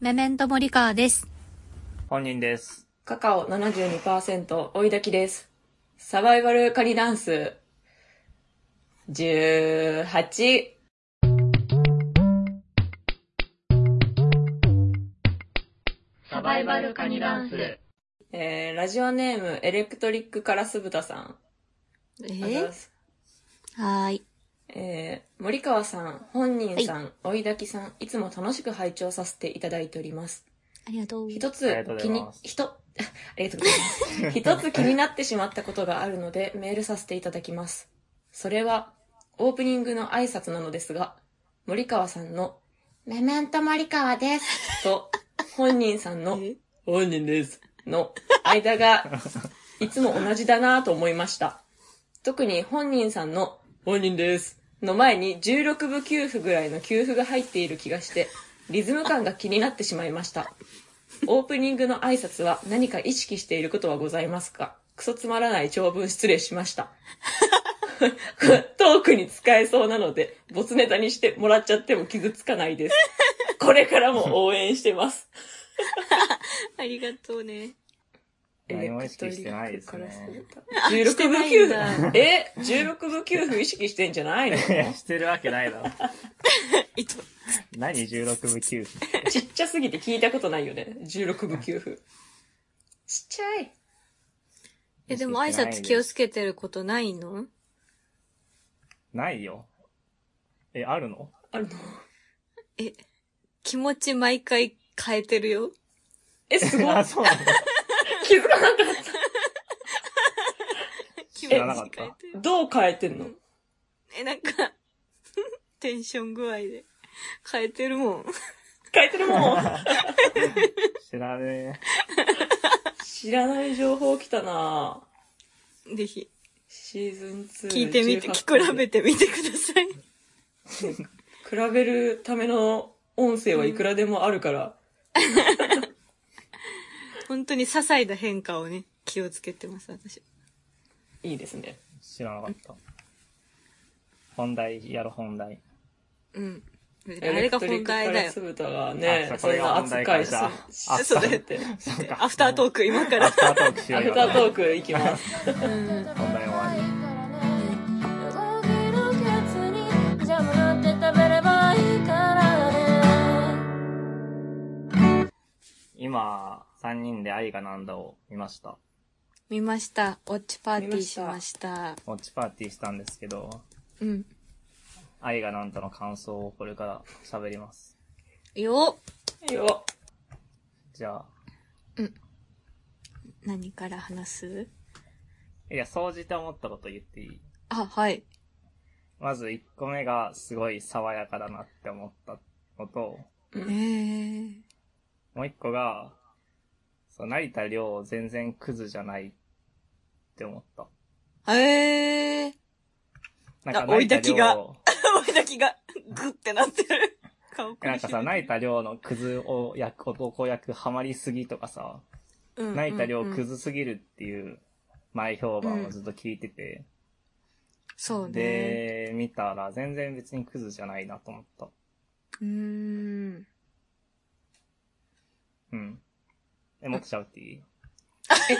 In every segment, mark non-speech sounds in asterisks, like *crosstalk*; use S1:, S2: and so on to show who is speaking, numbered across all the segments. S1: メメントモリカーです。
S2: 本人です。
S3: カカオ72%、追い炊きです。サバイバル仮ダンス、18。
S4: サバイバルカニダンス。
S3: えー、ラジオネーム、エレクトリックカラスブタさん。ありがとうございます
S1: はーい。
S3: えー森川さん、本人さん、追いだきさん、いつも楽しく拝聴させていただいております。
S1: ありがとう。
S3: 一
S2: あり
S3: つ
S2: がとうござ
S3: 気
S2: い
S3: に
S2: ます、
S3: 人、 *laughs* ありがとうございます。一つ気になってしまったことがあるので、メールさせていただきます。それは、オープニングの挨拶なのですが、森川さんの、メメント森川です。 *laughs* と、本人さんの、本人です。の間が、いつも同じだなぁと思いました。特に本人さんの、本人です。の前に16部給付ぐらいの給付が入っている気がして、リズム感が気になってしまいました。オープニングの挨拶は何か意識していることはございますかクソつまらない長文失礼しました。トークに使えそうなので、ボツネタにしてもらっちゃっても傷つかないです。これからも応援してます。
S1: ありがとうね。
S2: 何も意識してないですね。
S3: 16部給
S1: して
S3: 付
S1: ないん、
S3: え ?16 部給付意識してんじゃないの
S2: いや、してるわけな
S1: *laughs*
S2: いだろ。
S1: えっと、
S2: 何16部給 *laughs* 付。
S3: ちっちゃすぎて聞いたことないよね。16部給付。ちっちゃい。
S1: え、でも挨拶気をつけてることないの
S2: ないよ。え、あるの
S3: あの、
S1: 気持ち毎回変えてるよ。
S3: え、すご
S2: *laughs*
S3: い
S2: あ、。そうなの
S3: 気づかなかっ
S1: *laughs* 気
S2: らなかった
S1: て
S3: た。
S1: る。
S3: どう変えてんの
S1: え、なんか、 *laughs* テンション具合で変えてるもん。
S3: 変えてるもん。
S2: 知らね
S3: 知らない情報来たなぁ
S1: ぜひ、
S3: シーズン2。
S1: 聞いてみて、
S3: 18
S1: 聞き比べてみてください。
S3: 比べるための音声はいくらでもあるから。
S1: 本当に些細な変化をね、気をつけてます、私。
S3: いいですね。
S2: え。知らなかった。本題、やろ、本題。
S1: うん。あれが本題だよ
S3: エレクト。リックカラス豚がね、
S2: あ
S3: そ
S2: それ
S3: んな
S2: が本題か
S3: 扱いし
S2: じゃあ
S3: しそうやって。
S2: そう *laughs* か。
S1: アフタートーク、今から。
S2: アフタートークしよ
S3: ア
S2: うよ
S3: フ。タートークいきます。
S2: 本題終わり。
S4: 動けるケツにジャム塗って食べればいいからね
S2: 今、3人で愛がなんだを見ました。
S1: 見ました。ウォッチパーティー
S3: 見ま
S1: し
S3: した
S1: ました。
S2: ウォッチパーティーしたんですけど、
S1: うん。
S2: 愛がなんだの感想をこれから喋ります。
S1: よ
S3: よ
S2: じゃあ、
S1: 何から話す
S2: いや、総じて思ったこと言っていい
S1: あ、はい。
S2: まず1個目がすごい爽やかだなって思ったのと、
S1: えー。
S2: もう1個が、そう、成田凌全然クズじゃないって思った。
S1: えー。
S2: なん
S1: あ
S2: か
S1: 追い
S2: 成田
S1: 焚きが
S2: 凌、
S1: 俺だけがグッてなってる。顔
S2: なんかさ、成
S1: い。
S2: 田凌のクズを役、男役ハマりすぎとかさ、
S1: うん
S2: 成田凌
S1: うんうん
S2: クズすぎるっていう前評判をずっと聞いてて、
S1: そうね。
S2: で、見たら全然別にクズじゃないなと思った。
S1: うーん。
S2: うん。え、もっと喋っていい
S3: え、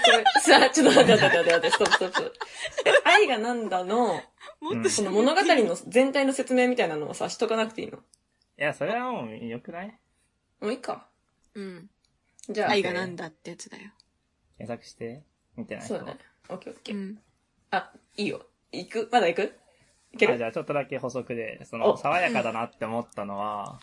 S3: これ、さあ、ちょっと待って待って待って待って、ストップストップ。え、愛がなんだの、
S1: もっ
S2: う
S1: と
S2: ん
S3: そ
S1: そ
S3: の
S1: の
S3: 物語の全体の説明みたいなのをさ、しとかなくていいの
S2: いや、それはもう良くない
S3: もういいか。
S1: うん。
S3: じゃあ、
S1: 愛がなんだってやつだよ。
S2: 検索して見てない
S3: そ
S2: 人
S3: うだね。オッケーオッケ
S1: う
S3: ー。
S1: ん。
S3: あ、いいよ。行くまだ行く行け
S2: あじ
S3: る
S2: ゃあちょっとだけ補足で、その、
S3: お
S2: 爽やかだなって思ったのは、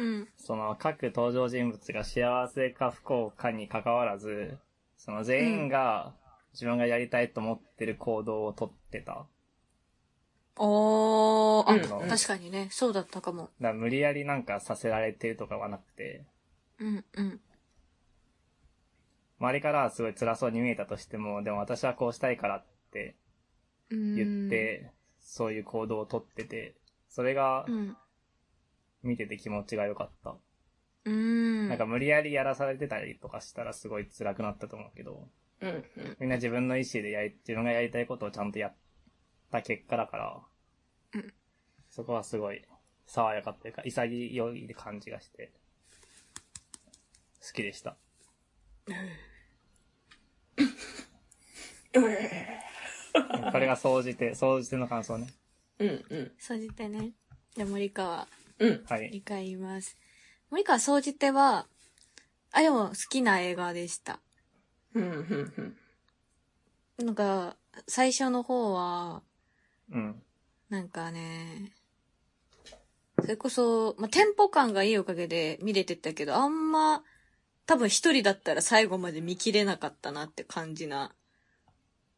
S1: うん。
S2: その、各登場人物が幸せか不幸かに関わらず、その全員が自分がやりたいと思ってる行動をとってた。だか
S1: おー、あ、
S2: うん
S1: 確かにね、そうだったかも。
S2: ら無理やりなんかさせられてるとかはなくて、
S1: うん、うん。
S2: 周りからはすごい辛そうに見えたとしても、でも私はこうしたいからって
S1: うん
S2: 言っ、て、そういう行動をとってて、それが
S1: うん。
S2: 見てて気持ちが良かった。
S1: うん。
S2: なんか無理やりやらされてたりとかしたらすごい辛くなったと思うけど、
S3: うん、うん。
S2: みんな自分の意思でやり、自分がやりたいことをちゃんとやった結果だから、
S1: うん
S2: そこはすごい爽やかっていうか、潔い感じがして、きでした。これが総じて、総じての感想ね。
S3: うんうん。
S1: 総じてね。じゃあ森川、
S3: うん。
S2: はい。
S1: 理解言います。森川総じては、あ、でも好きな映画でした。
S3: うんうんうん。
S1: なんか、最初の方は、
S2: うん。
S1: なんかね、それこそ、まあ、テンポ感がいいおかげで見れてたけど、あんま、多分一人だったら最後まで見切れなかったなって感じな、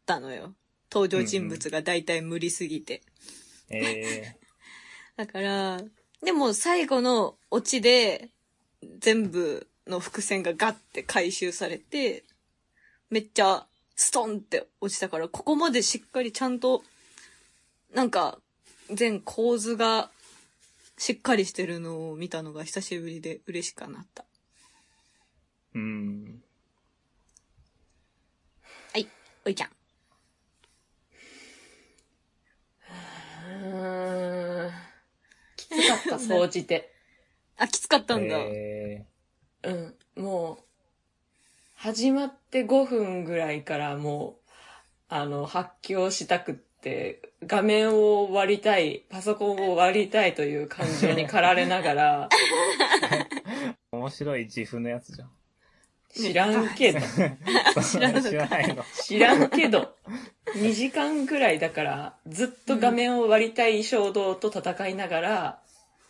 S1: だのよ。登場人物が大体無理すぎて。
S2: え
S1: だから、でも最後のオチで、全部の伏線がガッて回収されて、めっちゃストンって落ちたから、ここまでしっかりちゃんと、なんか、全構図がしっかりしてるのを見たのが久しぶりで嬉しかなった。
S2: ー、うん。
S1: はい、おいちゃん。
S3: うーんきつかった、総じて。
S1: あ、きつかったんだ。
S2: え
S3: うん。もう、始まって5分ぐらいからもう、あの、発狂したくって、画面を割りたい、パソコンを割りたいという感情に駆られなが
S2: ー、
S3: ら、
S2: 面白い自負のやつ
S1: *laughs*
S2: じゃん。 *laughs*
S3: 知らんけど、
S2: 知
S1: らなかった
S2: 知らないの。
S3: 知らんけど、2時間ぐらいだから、ずっと画面を割りたい衝動と戦いながら、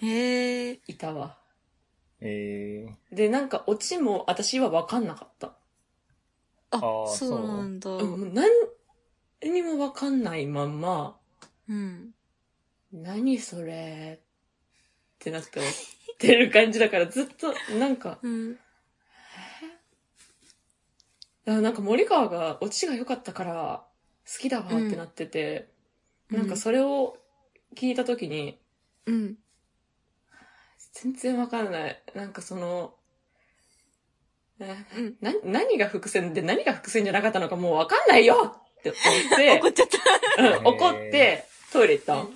S1: へえ。
S3: いたわ。
S2: えー、
S3: で、なんかオチも私は分かんなかった。
S1: あ、
S2: ー
S1: そうなんだ。
S3: うん、もう何にも分かんないまんま、
S1: うん。
S3: 何それってなって思ってる感じだからずっとなんか、
S1: うん。
S3: あなんか森川がオチが良かったから好きだわってなってて、
S1: うん
S3: なんかそれを聞いた時に
S1: うん。
S3: 全然わかんない。なんかその、え
S1: うん
S3: な、何が伏線で何が伏線じゃなかったのかもうわかんないよって
S1: *laughs* 怒
S3: 思
S1: っ
S3: っ
S1: ちゃった。
S3: て、うん怒ってトイレ行ったの。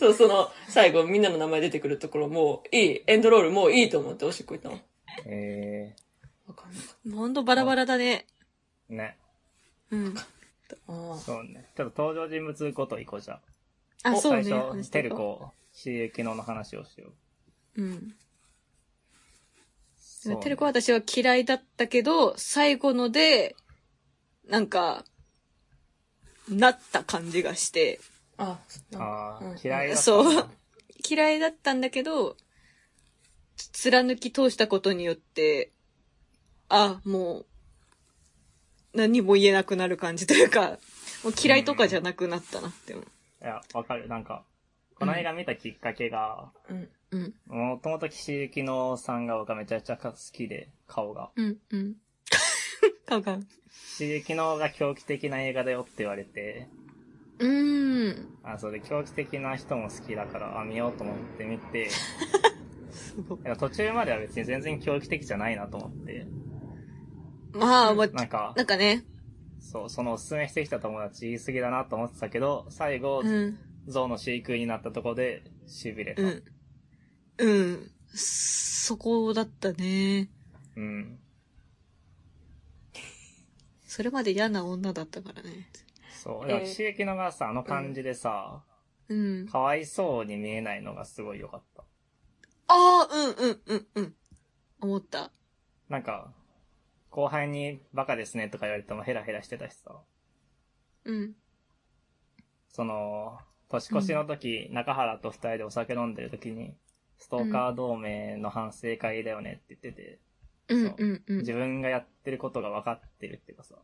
S3: *laughs* そう、その、最後みんなの名前出てくるところもういい、エンドロールもういいと思っておしっこ行ったの。
S2: え
S3: わかんなかっ
S1: もうほんとバラバラだね。
S2: ー、ね。
S1: うん。
S3: た。あ
S2: そうね。ちょっと登場人物ごと行こうじゃん。
S1: あ、そうね。
S2: 最初、テル
S1: 話してた。
S2: コ、CA 機能の話をしよう。
S1: うん。
S2: そう
S1: テルコは私は嫌いだったけど、最後ので、なんか、なった感じがして、
S3: あ、あ
S2: あ
S3: うん
S2: あ、嫌いだった。
S1: そう。嫌いだったんだけど、つ貫き通したことによって、あ、もう、何も言えなくなる感じというか、もう嫌いとかじゃなくなったなって思う。
S2: いや、わかる。なんか、この映画見たきっかけが、
S3: うん。
S1: うん。
S2: もともと岸井ゆきのさんが僕はめちゃくちゃ好きで、顔が。
S1: うん。 *laughs* うん。かんかん。
S2: 岸井ゆきのが狂気的な映画だよって言われて、
S1: うーん。
S2: あ、それ狂気的な人も好きだから、あ、見ようと思って見て、
S1: *laughs* すごい。
S2: いや途中までは別に全然狂気的じゃないなと思って、
S1: まあ、まあ、
S2: なんか
S1: な、んかね。
S2: そう、そのおすすめしてきた友達言い過ぎだなと思ってたけど、最後、
S1: うん。
S2: 象の飼育員になったとこで、痺れた。
S1: うん。うん。そこだったね。
S2: うん。
S1: それまで嫌な女だったからね。
S2: そう。でも
S3: えー
S2: 岸井ゆきのがさ、あの感じでさ、
S1: うん。
S2: かわいそうに見えないのがすごい良かった。
S1: ああ、うんうんうんうん。思った。
S2: なんか、後輩にバカですねとか言われてもヘラヘラしてたしさ、
S1: うん。
S2: その、年越しの時、中原と二人でお酒飲んでる時に、ストーカー同盟の反省会だよねって言ってて、
S1: うんうんうん
S2: 自。分がやってることが分かってるっていうかさ、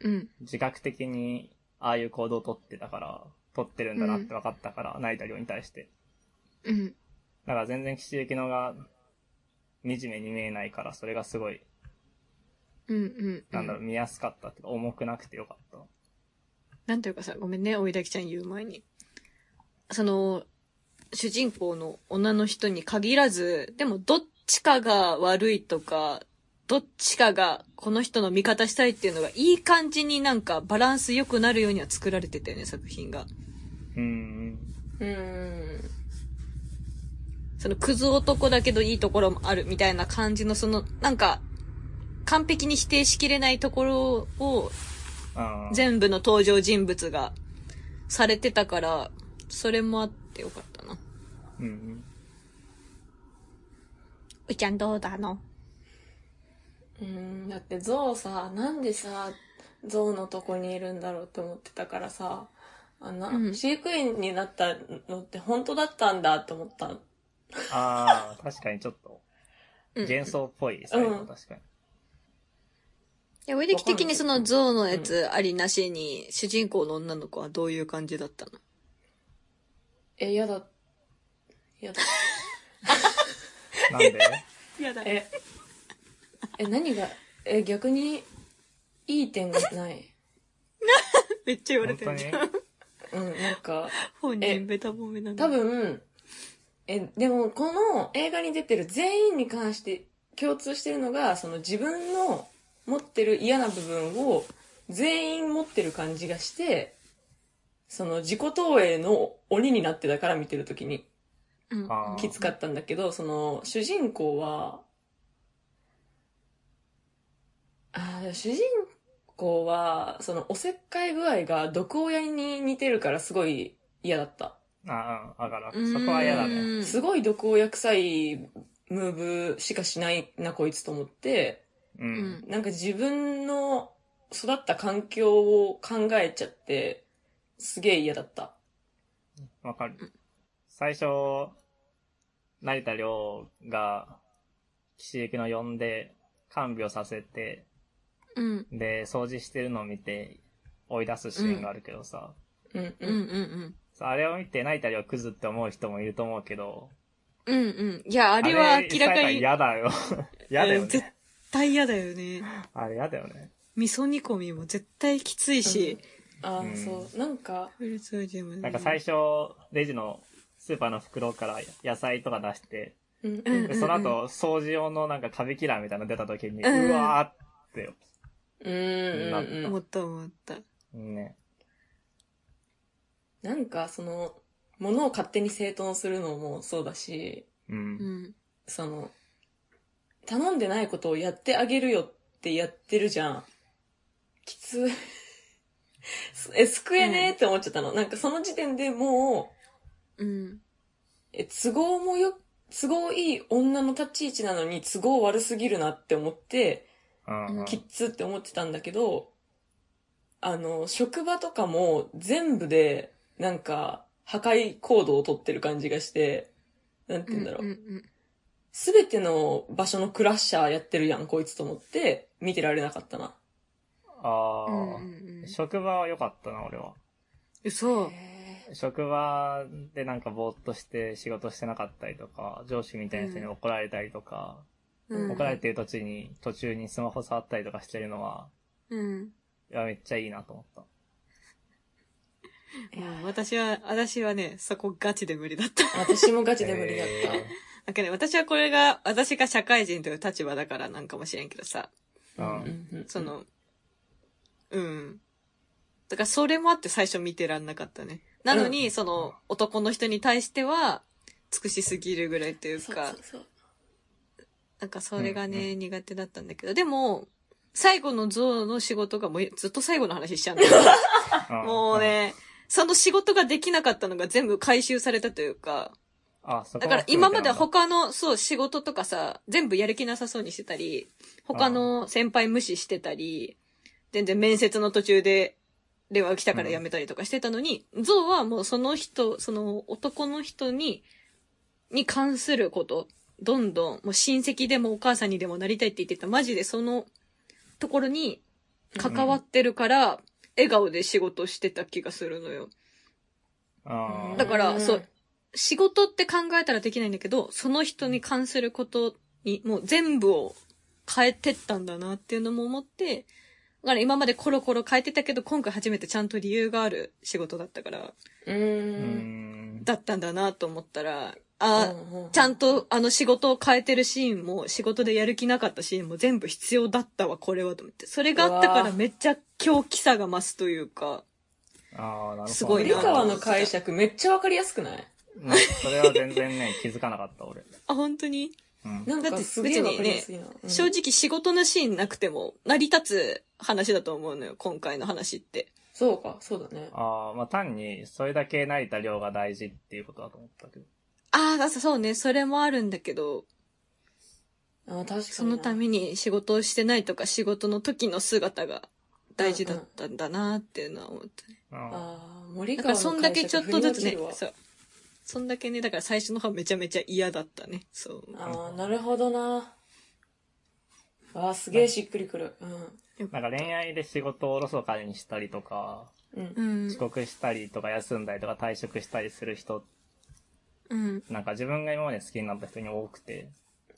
S1: うん。
S2: 自覚的にああいう行動をとってたから、とってるんだなって分かったから、成田凌に対して。
S1: うん。
S2: だから全然岸由紀乃が惨めに見えないから、それがすごい、
S1: うんうん。
S2: なんだろう、見やすかったっていうか、重くなくてよかった。
S1: なんというかさ、ごめんね、おいだきちゃん言う前に。その、主人公の女の人に限らず、でもどっちかが悪いとか、どっちかがこの人の味方したいっていうのがいい感じになんかバランス良くなるようには作られてたよね、作品が。
S2: うん。
S3: うーん。
S4: そのクズ男だけどいいところもあるみたいな感じの、その、なんか、完璧に否定しきれないところを
S2: うん。
S4: 全部の登場人物がされてたから、それもあってよかったな。
S2: うん。
S4: うちゃんどうだの
S3: うんだってゾウさなんでさゾウのとこにいるんだろうって思ってたからさあな、
S4: うん
S3: 飼育員になったのって本当だったんだって思った
S2: ああ、確かにちょっと、
S4: うん
S2: 幻想っぽいですね、
S3: うん
S2: 確かに。
S4: いや、ウェデキ的にその象のやつありなしに、主人公の女の子はどういう感じだったの
S3: えやだやだ
S2: なんで
S4: やだ
S3: ええ何がえ逆にいい点がない
S4: めっちゃ *laughs* 言われ
S2: 本
S4: て
S2: 当
S4: る
S2: に
S4: じゃ
S3: う
S4: ん。
S3: んなんか
S4: 本
S3: え
S4: 人ベタ褒めなんだ。
S3: 多分えでもこの映画に出てる全員に関して共通してるのがその自分の持ってる嫌な部分を全員持ってる感じがしてその自己投影の鬼になってたから見てる時に
S4: うん、
S2: あー
S3: きつかったんだけどその主人公はあー主人公はそのおせっかい具合が毒親に似てるからすごい嫌だった。
S2: ああ、だから、
S4: うん
S2: そこは嫌だね。
S4: うん
S3: すごい毒親臭いムーブしかしないな、こいつと思って、
S2: う。
S4: うんん。
S3: なんか自分の育った環境を考えちゃって、すげえ嫌だった。
S2: わかる。最初、成田凌が、岸行きの呼んで、看病させて、
S4: うん。
S2: で、掃除してるのを見て、追い出すシーンがあるけどさ、
S3: うん、
S4: う
S3: うん
S4: うん
S3: ん。
S4: うん。
S2: さあれを見て成田凌クズって思う人もいると思うけど、
S4: うんうん。いや、あれは明らかに、
S2: 嫌だ
S4: *laughs*
S2: よ。嫌だよ
S4: うん絶
S2: ね。
S4: 対嫌だよね。
S2: あれ嫌だよね。
S4: 味噌煮込みも絶対きついし、
S3: ああ、
S2: うん
S3: そう。なんか、
S4: フルーツ味もね
S2: なんか最初、レジのスーパーの袋から野菜とか出して、
S3: うん、
S4: うん
S2: でその後、掃除用のなんか壁キラーみたいなの出た時に、
S4: うん
S2: うわーってよ。
S3: うん、うん、う
S4: 思
S3: ん。
S4: った思った。
S2: ね。
S3: なんか、その、ものを勝手に整頓するのもそうだし、
S2: う。
S4: うんん。
S3: その、頼んでないことをやってあげるよってやってるじゃん。きつ *laughs* い。すえ、救えねえって思っちゃったの。なんかその時点でもう、
S4: うん。
S3: え、都合もよ、都合いい女の立ち位置なのに都合悪すぎるなって思って、
S2: うんうん。
S3: きっつって思ってたんだけど、あの、職場とかも全部で、なんか、破壊行動をとってる感じがして、なんて言うんだろう。
S4: うん
S3: すべての場所のクラッシャーやってるやん、こいつと思って、見てられなかったな。
S2: あ
S4: うんうん
S2: あ。
S4: うん
S2: 職場は良かったな、俺は。
S4: うん。そう。
S2: 職場でなんかぼーっとして仕事してなかったりとか、上司みたいな人に怒られたりとか、
S4: うん
S2: 怒られてる途中に、途中にスマホ触ったりとかしてるのは、
S4: うん。
S2: いや、めっちゃいいなと思った。
S4: もう私は、私はね、そこガチで無理だった。
S3: 私もガチで無理だった。
S4: なんかね、私はこれが、私が社会人という立場だからなんかもしれんけどさ、
S2: えーうん。
S3: うんうん
S4: その、うん。だからそれもあって最初見てらんなかったね。なのに、その、男の人に対しては、尽くしすぎるぐらいという
S3: そう
S4: か
S3: そう、そう
S4: なんかそれが
S2: うん
S4: ね、苦手だったんだけど、でも、最後の象の仕事がもうずっと最後の話しちゃうんだけど、
S2: ん
S4: もう。ね、その仕事ができなかったのが全部回収されたというか、
S2: あ、そこ
S4: だ
S2: は
S4: から今までは
S2: 含
S4: 他の、そう、仕事とかさ、全部やる気なさそうにしてたり、他の先輩無視してたり、全然面接の途中で、電話が来たから辞めたりとかしてたのに、ゾウはもうその人、その男の人に、に関すること、どんどん、もう親戚でもお母さんにでもなりたいって言ってた、マジでそのところに関わってるから、笑顔で仕事してた気がするのよ。
S2: めたんだ。
S4: だから
S3: ん
S4: そう仕事って考えたらできないんだけど、その人に関することに、もう全部を変えてったんだなっていうのも思って、だから今までコロコロ変えてたけど、今回初めてちゃんと理由がある仕事だったから、 *laughs*
S3: う。
S2: うん
S3: うん。
S2: ん。
S4: だったんだなと思ったら、あ、
S3: うんうん
S4: ちゃんとあの仕事を変えてるシーンも、仕事でやる気なかったシーンも全部必要だったわ、これはと思って。それがあったか
S3: うわ
S4: ら
S3: ー
S4: めっちゃ狂気さが増すというか、
S2: ああ、なるほど。
S4: すごいな
S3: 森川の解釈めっちゃわかりやすくない
S2: なそれは全然ね、気づかなかった、俺。
S4: あ、本当に、
S2: うん。
S3: なん
S4: だ
S3: か
S4: って
S3: すげえわかりやすいな。うん
S4: 正直仕事のシーンなくても成り立つ話だと思うのよ、今回の話って。
S3: そうか、そうだね。
S2: ああ、まあ単に、それだけ成田量が大事っていうことだと思ったけど。
S4: ああ、そうね、それもあるんだけど、
S3: あ確かに。
S4: そのた
S3: め。
S4: めに仕事をしてないとか仕事の時の姿が大事だったんだなっていうのは思ったね。
S2: あ
S3: ああ、森
S4: だ
S3: 川
S4: から
S3: の
S4: そんだけちょっとずつ
S3: 解釈
S4: ね
S3: 振り落、ち
S4: そ
S3: る
S4: う。そんだけね、だから最初の方はめちゃめちゃ嫌だったね。そう。
S3: わああ、なるほどな。ああ、すげえしっくりくる。う
S2: あ。なんか恋愛で仕事をおろそかにしたりとか、
S3: ん。うん
S4: う。ん
S2: 遅。刻したりとか休んだりとか退職したりする人、
S4: うん。
S2: なんか自分が今まで好きになった人に多くて、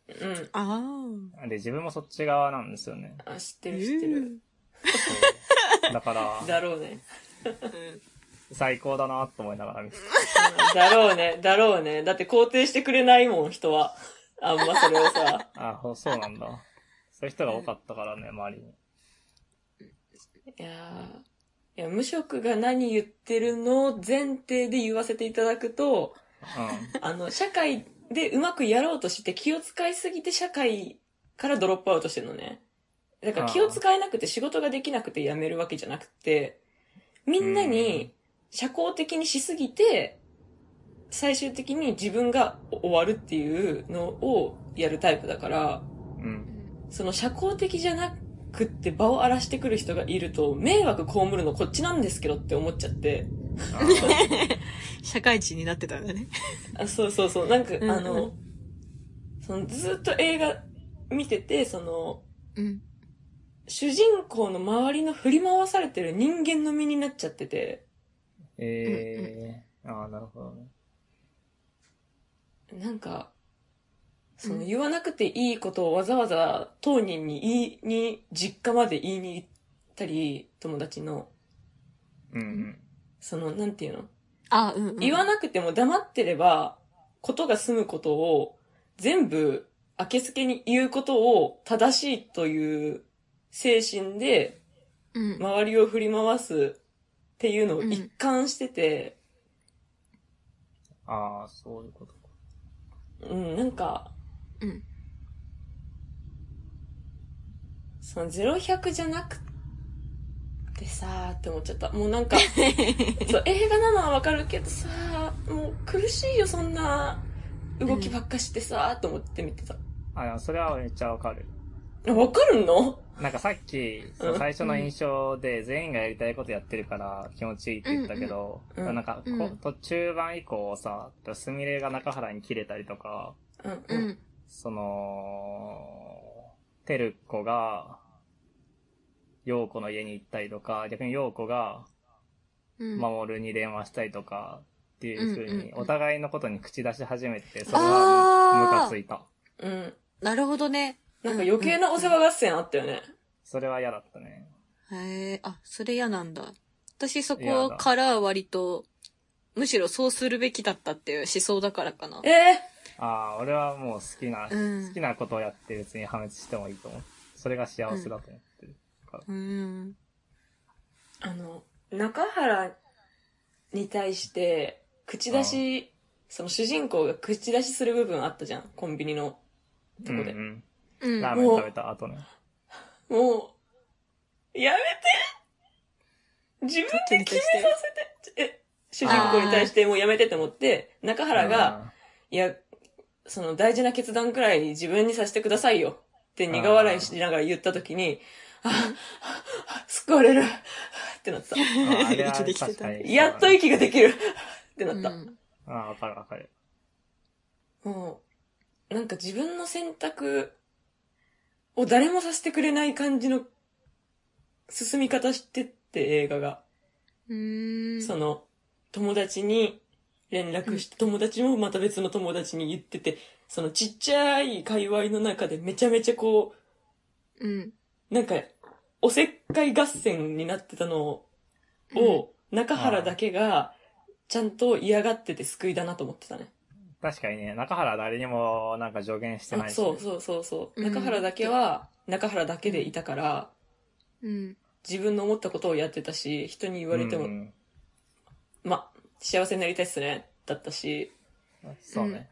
S3: うん。
S4: ああ。
S2: で、自分もそっち側なんですよ
S4: *laughs*
S2: ね。
S3: あ、知ってる知ってる。
S2: だから、
S3: だろうね。
S4: *laughs* うん
S2: 最高だなと思いながら見てた
S3: うんだろうね。だろうね。だって肯定してくれないもん、人は。あんまそれをさ。
S2: あほそうなんだ。そういう人が多かったからね、周りに。
S3: いやーいや、無職が何言ってるの前提で言わせていただくと、あの、社会でうまくやろうとして気を使いすぎて社会からドロップアウトしてるのね。だから気を使えなくて仕事ができなくて辞めるわけじゃなくて、みんなに社交的にしすぎて、最終的に自分が終わるっていうのをやるタイプだから、
S2: うん。うん。
S3: その社交的じゃなくって場を荒らしてくる人がいると、迷惑被るのこっちなんですけどって思っちゃって。
S2: あ
S4: *laughs*
S2: ー
S4: 社会人になってたんだね。
S3: あそうそうそう。なんか、
S4: んうん
S3: あの、そのずっと映画見てて、その、
S4: うん。
S3: 主人公の周りの振り回されてる人間の身になっちゃってて、
S2: ええああ、なるほどね。
S3: なんか、そうの
S4: ん
S3: 言わなくていいことをわざわざ当人に言いに、実家まで言いに行ったり、友達の、
S2: うんうん。
S3: その、なんていうの
S4: あうん、うん。
S3: 言わなくても黙ってれば、ことが済むことを、全部、明けすけに言うことを正しいという精神で、
S4: うん。
S3: 周りを振り回すっていうのを一貫してて、
S2: ああ、そういうことか。
S3: うん、なんか、
S4: うん
S3: その0100じゃなくてさーって思っちゃった。もうなん
S4: *laughs*
S3: か、そう映画なのはわかるけどさー、もう苦しいよ、そんな動きばっかしてさーと思って見てた。
S2: あ、でもそれはめっちゃわかる。
S3: わかるの
S2: なんかさっき、その最初の印象で全員がやりたいことやってるから気持ちいいって言ったけど、
S3: うんうん
S2: なんかこ、
S4: うん
S2: 途中盤以降さ、すみれが中原に切れたりとか、
S3: うん
S4: う。ん。
S2: その、てる子が、陽子の家に行ったりとか、逆に陽子が、
S4: うん。
S2: 守に電話したりとか、っていう風
S4: うんうん
S2: に、
S4: うん
S2: お互いのことに口出し始めて、それはムカついた。
S3: うん。
S4: なるほどね。
S3: なんか余計なお世話合戦あったよね。
S2: それは嫌だったね。
S4: へえ、あ、それ嫌なんだ。私そ
S2: 嫌
S4: こ
S2: だ
S4: から割と、むしろそうするべきだったっていう思想だからかな。
S3: え
S2: ああ、俺はもう好きな、
S4: うん
S2: 好きなことをやって別に破滅してもいいと思う。それが幸せだと思ってる。
S4: う
S3: ー、
S4: ん。
S3: あの、中原に対して、口出し、その主人公が口出しする部分あったじゃん。コンビニのと
S2: うん、
S3: こ
S2: う
S3: で。
S2: ん。
S4: うん。
S2: ラーメン食べた後ね。
S3: もう、やめて自分で決めさせてえ、主人公に対してもうやめてって思って、中原が、いや、その大事な決断くらい自分にさせてくださいよって苦笑いしながら言ったときに、あ、あ救われるってなってた。
S4: *laughs*
S2: うん、あーあれは
S4: 息できて
S2: 確
S4: た
S2: かに。
S3: やっと息ができるってな
S4: う
S3: っ
S4: ん
S3: た。
S2: ああ、わかるわかる。
S3: もう、なんか自分の選択を誰もさせてくれない感じの進み方してって映画が。
S4: うーん。
S3: その、友達に連絡して、友達もまた別の友達に言ってて、そのちっちゃい界隈の中でめちゃめちゃこ
S4: うん。
S3: う、なんか、おせっかい合戦になってたのを、中原だけが、ちゃんと嫌がってて救いだなと思ってたね。
S2: 確かにね、中原は誰にもなんか助言してないし、
S3: そうそうそうそう。
S4: うん
S3: 中原だけは、中原だけでいたから、
S4: うん。
S3: 自分の思ったことをやってたし、人に言
S2: 言
S3: われても、
S2: うん、
S3: ま、幸せになりたいっすね、だったし、
S2: そうね。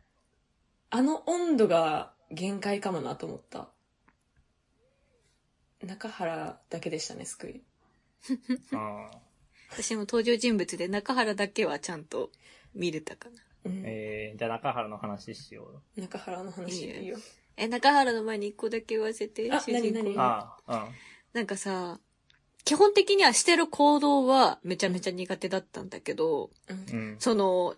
S3: あの温度が限界かもなと思った。中原だけでしたね、救い。
S2: ああ。
S4: 私も登場人物で中原だけはちゃんと見れたかな。
S3: うん
S2: えー、じゃあ中原の話しよう。
S3: 中原の話
S4: いいね
S3: いいよ。
S4: え、中原の前に一個だけ言わせて、
S3: あ
S4: 主人
S3: 何
S4: 公
S3: 何
S4: が。
S2: ああ、
S4: なんかさ、基本的にはしてる行動はめちゃめちゃ苦手だったんだけど、
S3: うん
S2: うん。うん。
S4: その、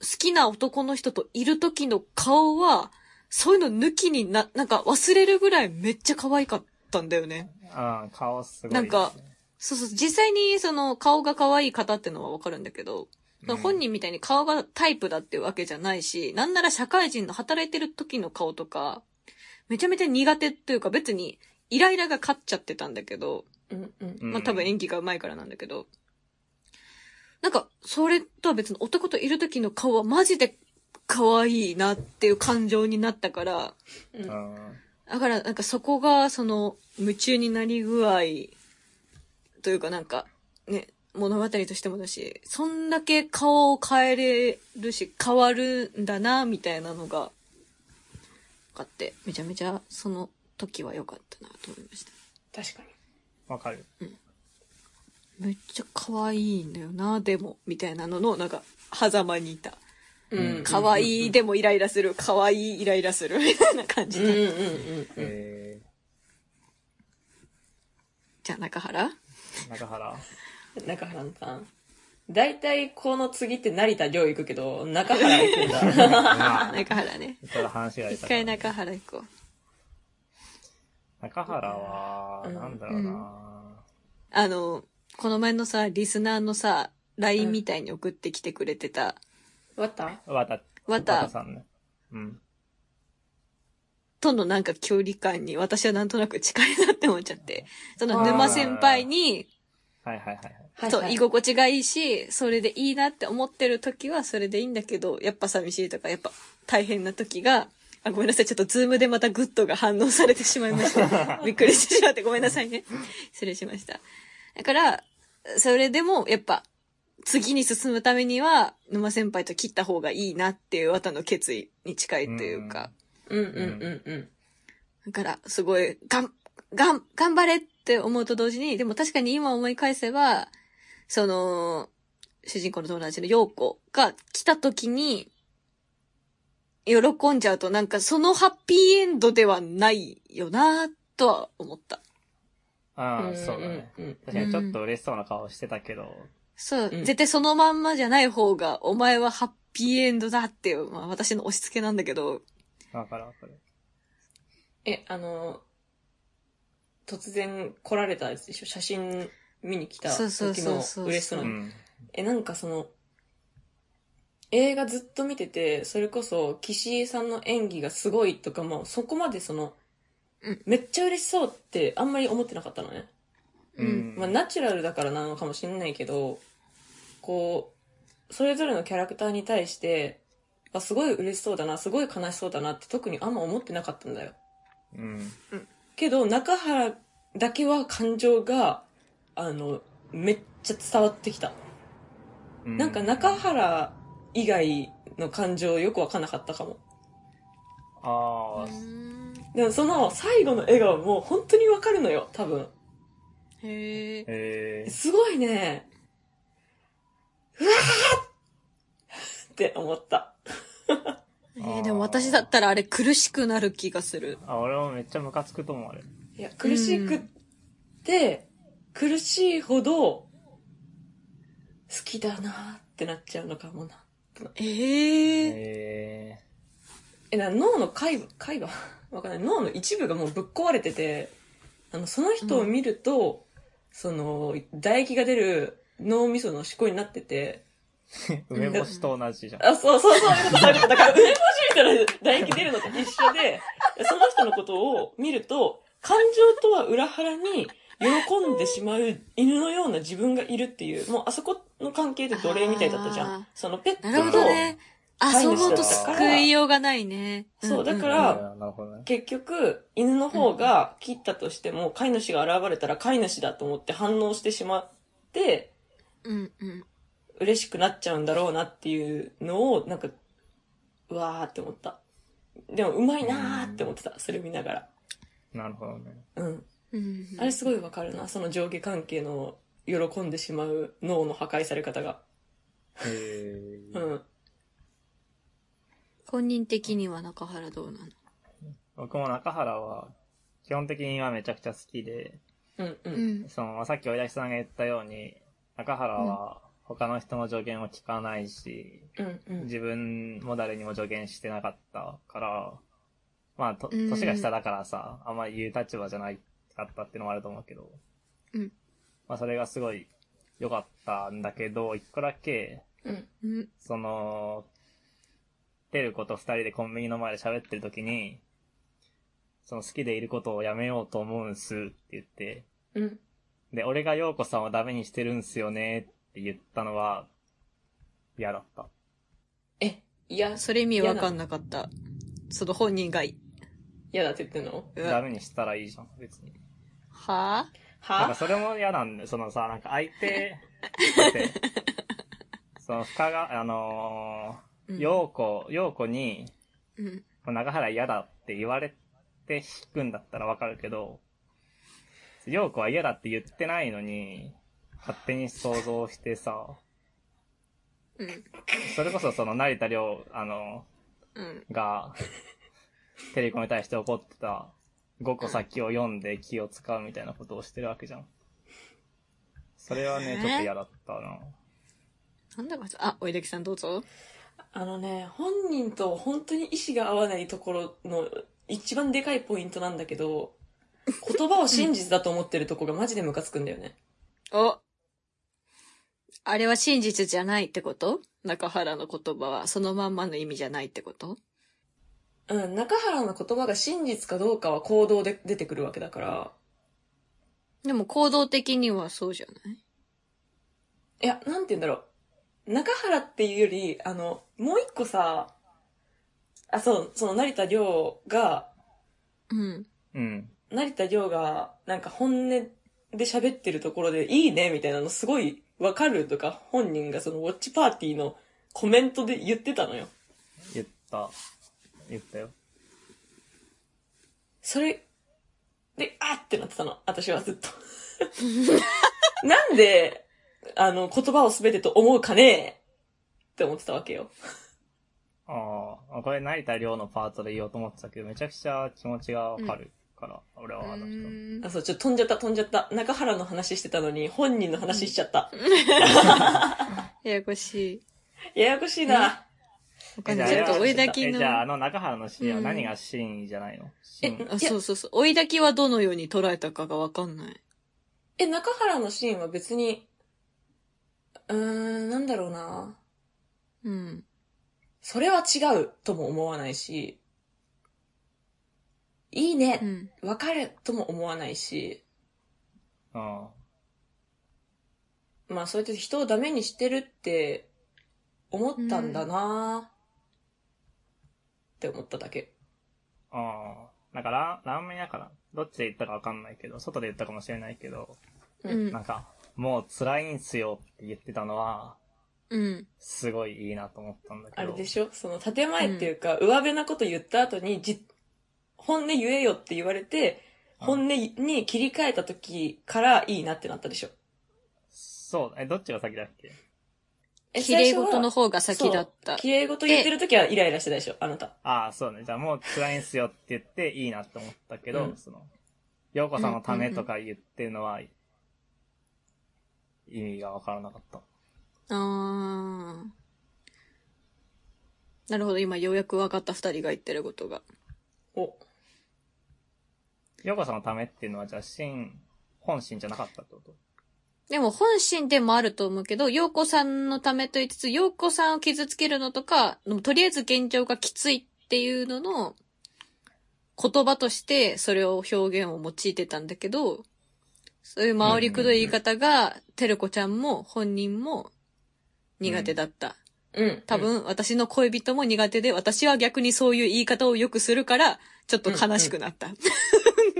S4: 好きな男の人といる時の顔は、そういうの抜きにな、なんか忘れるぐらいめっちゃ可愛かったんだよね。
S2: ああ、顔すごい、
S4: なんか、そうそう、実際にその顔が可愛い方ってのはわかるんだけ
S2: う
S4: ど、
S2: ん
S4: 本人みたいに顔がタイプだっていうわけじゃないし、なんなら社会人の働いてる時の顔とか、めちゃめちゃ苦手っていうか別にイライラが勝っちゃってたんだけど、
S3: うんうん。
S2: うん
S4: まあ多分演技が上手いからなんだけど、なんか、それとは別に男といる時の顔はマジで可愛いなっていう感情になったから、
S3: う
S2: うんん。
S4: だからなんかそこがその夢中になり具合というかなんかね、物語としてもだし、そんだけ顔を変えれるし変わるんだなみたいなのが、あって、めちゃめちゃその時は良かったなと思いました。
S3: 確かに。
S2: わかる。
S4: めっちゃ可愛いんだよな、でも、みたいなのの、なんか、狭間にいた。
S3: うん
S4: 可愛い、でもイライラする、可愛い、イライラする、みたいな感じ
S3: うんうんう
S4: で。
S3: んうんうん。
S2: え
S4: じゃあ、中原
S2: ー、中
S4: *laughs*
S2: 原。
S3: 中原のターン。大体この次って成田凌行くけど、中原行くんだ。
S2: まあ、
S4: 中原ね。
S2: ちょっと話が出
S4: 一
S2: たから
S4: 回中原行こう。
S2: 中原は、なんだろうな、
S4: あの、この前のさ、リスナーのさ、LINE みたいに送ってきてくれてた、
S3: わった
S2: わた、
S4: わた
S2: わさんね。うん。
S4: とのなんか距離感に私はなんとなく近いなって思っちゃって。その沼先輩に、
S2: はいはいはいはい。
S3: はい
S4: そう、
S3: はい
S4: 居心地がいいし、それでいいなって思ってる時はそれでいいんだけど、やっぱ寂しいとか、やっぱ大変な時が、あ、ごめんなさい。ちょっとズームでまたグッドが反応されてしまい
S3: *laughs*
S4: ました。びっくりしてしまってごめんなさいね。失礼しました。だから、それでもやっぱ、次に進むためには、沼先輩と切った方がいいなっていう綿の決意に近いというか。
S3: うんうんうんうん。
S4: だから、すごい、がん、がん、頑張れって思うと同時に、でも確かに今思い返せば、その、主人公の友達の陽子が来た時に、喜んじゃうとなんかそのハッピーエンドではないよなとは思った。
S2: あ
S3: うん
S2: あ、そうだね。
S3: うんうん
S2: 確かにちょっと嬉しそうな顔してたけど、
S4: そう、
S3: うん
S4: 絶対そのまんまじゃない方が、お前はハッピーエンドだっていう、まあ私の押し付けなんだけど、
S2: わかるわかる。
S3: え、あの、突然来られたでしょ写真見に来た
S4: そうそう
S3: 時
S4: そ
S3: の
S4: うそう
S3: 嬉しそう
S2: う
S3: な。
S2: ん。
S3: え、なんかその、映画ずっと見てて、それこそ岸井さんの演技がすごいとか、まあそこまでその、
S4: うん
S3: めっちゃ嬉しそうってあんまり思ってなかったのね。
S4: うん
S3: まあナチュラルだからなのかもしれないけど、こう、それぞれのキャラクターに対して、あすごい嬉しそうだな、すごい悲しそうだなって特にあんま思ってなかったんだよ。
S2: うん。
S3: けど中原だけは感情があのめっちゃ伝わってきた、
S2: うん
S3: なんか中原以外の感情よくわかんなかったかも
S2: ああ、
S3: でもその最後の笑顔も本当にわかるのよ多分
S4: へえ。
S2: ええ
S3: すごいねうわーって思った
S4: えーでも私だったらあれ苦しくなる気がする。
S2: あ、俺もめっちゃムカつくと思う、あれ。
S3: いや苦しくって、苦しいほど好きだなーってなっちゃうのかもな
S4: ええ
S2: え
S3: えだから脳の海馬海馬 *laughs* わかんない脳の一部がもうぶっ壊れててあのその人を見ると、その唾液が出る脳みその思考になってて
S2: え梅干しと同じじゃん。
S3: あそうそうそういうことあるだから梅干しみたいな唾液出るのと一緒でその人のことを見ると感情とは裏腹に喜んでしまう犬のような自分がいるっていうもうあそこの関係で奴隷みたいだったじゃ
S4: あー
S3: んそのペッ
S4: なる
S3: ト
S4: ほ
S3: と
S4: どね。あ、
S3: 飼い
S4: そう
S3: 主
S4: 思う
S2: だ
S4: と
S2: ったから
S4: 救いようがないね。
S3: そうだか
S4: んん
S3: ら
S2: うんなるほどね。
S3: 結局、犬の方が切ったとしても、飼い主が現れたら飼い主だと思って反応してしまって、
S4: うんうん。
S3: 嬉しくなっちゃうんだろうなっていうのを、なんか、うわーって思った。でも、うまいなーって思ってた。それ見ながら。
S2: なるほどね。
S3: うん。
S4: うん
S3: あれすごいわかるな。その上下関係の喜んでしまう脳の破壊され方が。
S2: へ
S3: う
S2: え。
S3: ん。
S4: 本人的には中原どうなの
S2: 僕も中原は、基本的にはめちゃくちゃ好きで、
S3: うんう。
S4: うんん。
S2: その、まあさっきおやきさんが言ったように、中原は他の人の助言を聞かないし、
S3: うんうん。
S2: 自分も誰にも助言してなかったから、まあ、と、
S4: うん
S2: 年が下だからさ、あんまり言う立場じゃないかったっていうのもあると思うけど、
S4: うん
S2: まあ、それがすごい良かったんだけど、一個だけ、
S3: うん。
S4: うん。
S2: その、てること二人でコンビニの前で喋ってる時に、その好きでいることをやめようと思うんすって言って、
S3: うん。
S2: で、俺が陽子さんをダメにしてるんすよねって言ったのは、嫌だった。
S3: え、いや、
S4: それ意味わかんなかった。その本人が、
S3: 嫌だって言ってんの
S4: う
S2: ダ
S4: わ
S2: メにしたらいいじゃん、別に。
S4: はぁ
S2: なんか
S3: は
S2: それも嫌なんだよ、そのさ、なんか相
S4: *laughs*
S2: 手、だって、その深が、あの
S4: う
S2: ー、
S4: ん
S2: 陽子、陽子に、
S4: うん。
S2: 長原嫌だって言われて引くんだったらわかるけど、陽子は嫌だって言ってないのに、勝手に想像してさ、
S4: うん。
S2: それこそその成田凌、あの
S4: うん。
S2: が、テレコに対して怒ってた、5個先を読んで気を使うみたいなことをしてるわけじゃん。それはね、
S4: え
S2: ちょっと嫌だったな。
S4: なんだかさ、あ、おいできさんどうぞ。
S3: あのね、本人と本当に意思が合わないところの一番でかいポイントなんだけど、言葉を真実だと思ってるとこがマジでムカつくんだよね。
S4: おあれは真実じゃないってこと中原の言葉はそのまんまの意味じゃないってこと
S3: うん、中原の言葉が真実かどうかは行動で出てくるわけだから、
S4: でも行動的にはそうじゃない
S3: いや、なんて言うんだろう。中原っていうより、あの、もう一個さ、あ、そう、その成田凌が、
S4: うん。
S2: うん。
S3: 成田凌が、なんか本音で喋ってるところで、いいね、みたいなのすごいわかるとか、本人がそのウォッチパーティーのコメントで言ってたのよ。
S2: 言った。言ったよ。
S3: それ、で、あってなってたの。私はずっと。 *laughs* なんで、あの、言葉を全てと思うかねって思ってたわけよ。
S2: ああ、これ成田凌のパートで言おうと思ってたけど、めちゃくちゃ気持ちがわかるから、俺はあの人。
S4: う
S3: あ、そう、ちょっと飛んじゃった、飛んじゃった。中原の話してたのに、本人の話しちゃった。
S4: ややこしい。
S3: ややこしいな。
S4: わか
S2: え
S4: ん
S2: じゃ
S4: ない
S2: あ
S4: ちょっと追いだき
S2: えじゃあ、あ
S4: の。
S2: の中原のシーンは何がシーンじゃないの、シーン
S4: あ、そうそうそう。追いだきはどのように捉えたかがわかんない。
S3: え、中原のシーンは別に、うーん、なんだろうな。
S4: うん。
S3: それは違うとも思わないし、いいうね、
S4: ん。
S3: わかるとも思わないし、
S2: あ
S3: まあそうやって人をダメにしてるって思ったんだなって思っただけ。
S2: あ、ああ。なんかラ、ラーメン屋から、どっちで言ったかわかんないけど、外で言ったかもしれないけど、
S4: う
S2: なん
S4: ん。
S2: か、もう辛いんすよって言ってたのは、
S4: うん。
S2: すごいいいなと思ったんだけど。
S3: あれでしょその建前っていうか、上辺なこと言った後にじ、本音言えよって言われて、
S2: うん
S3: 本音に切り替えた時からいいなってなったでしょ。
S2: そう、え、どっちが先だっけ
S3: え
S4: 綺麗事の方が先だった。
S3: 綺麗事言ってる時はイライラしてたでしょ、あなた。
S2: ああ、そうね。じゃあもう辛いんすよって言っていいなって思ったけど、
S3: うん
S2: その、洋子さんのためとか言ってるのは、意味がわからなかった。
S4: あー。なるほど、今ようやく分かった二人が言ってることが。
S3: お、
S2: 洋子さんのためっていうのは、じゃあ真、本心じゃなかったってこと
S4: でも本心でもあると思うけど、陽子さんのためと言いつつ、陽子さんを傷つけるのとか、でもとりあえず現状がきついっていうのの、言葉としてそれを表現を用いてたんだけど、そういう回りくどい言い方が、てるこちゃんも本人も苦手だった。
S3: うん。
S4: 多分、私の恋人も苦手で、私は逆にそういう言い方をよくするから、ちょっと悲しくなった。
S3: うん。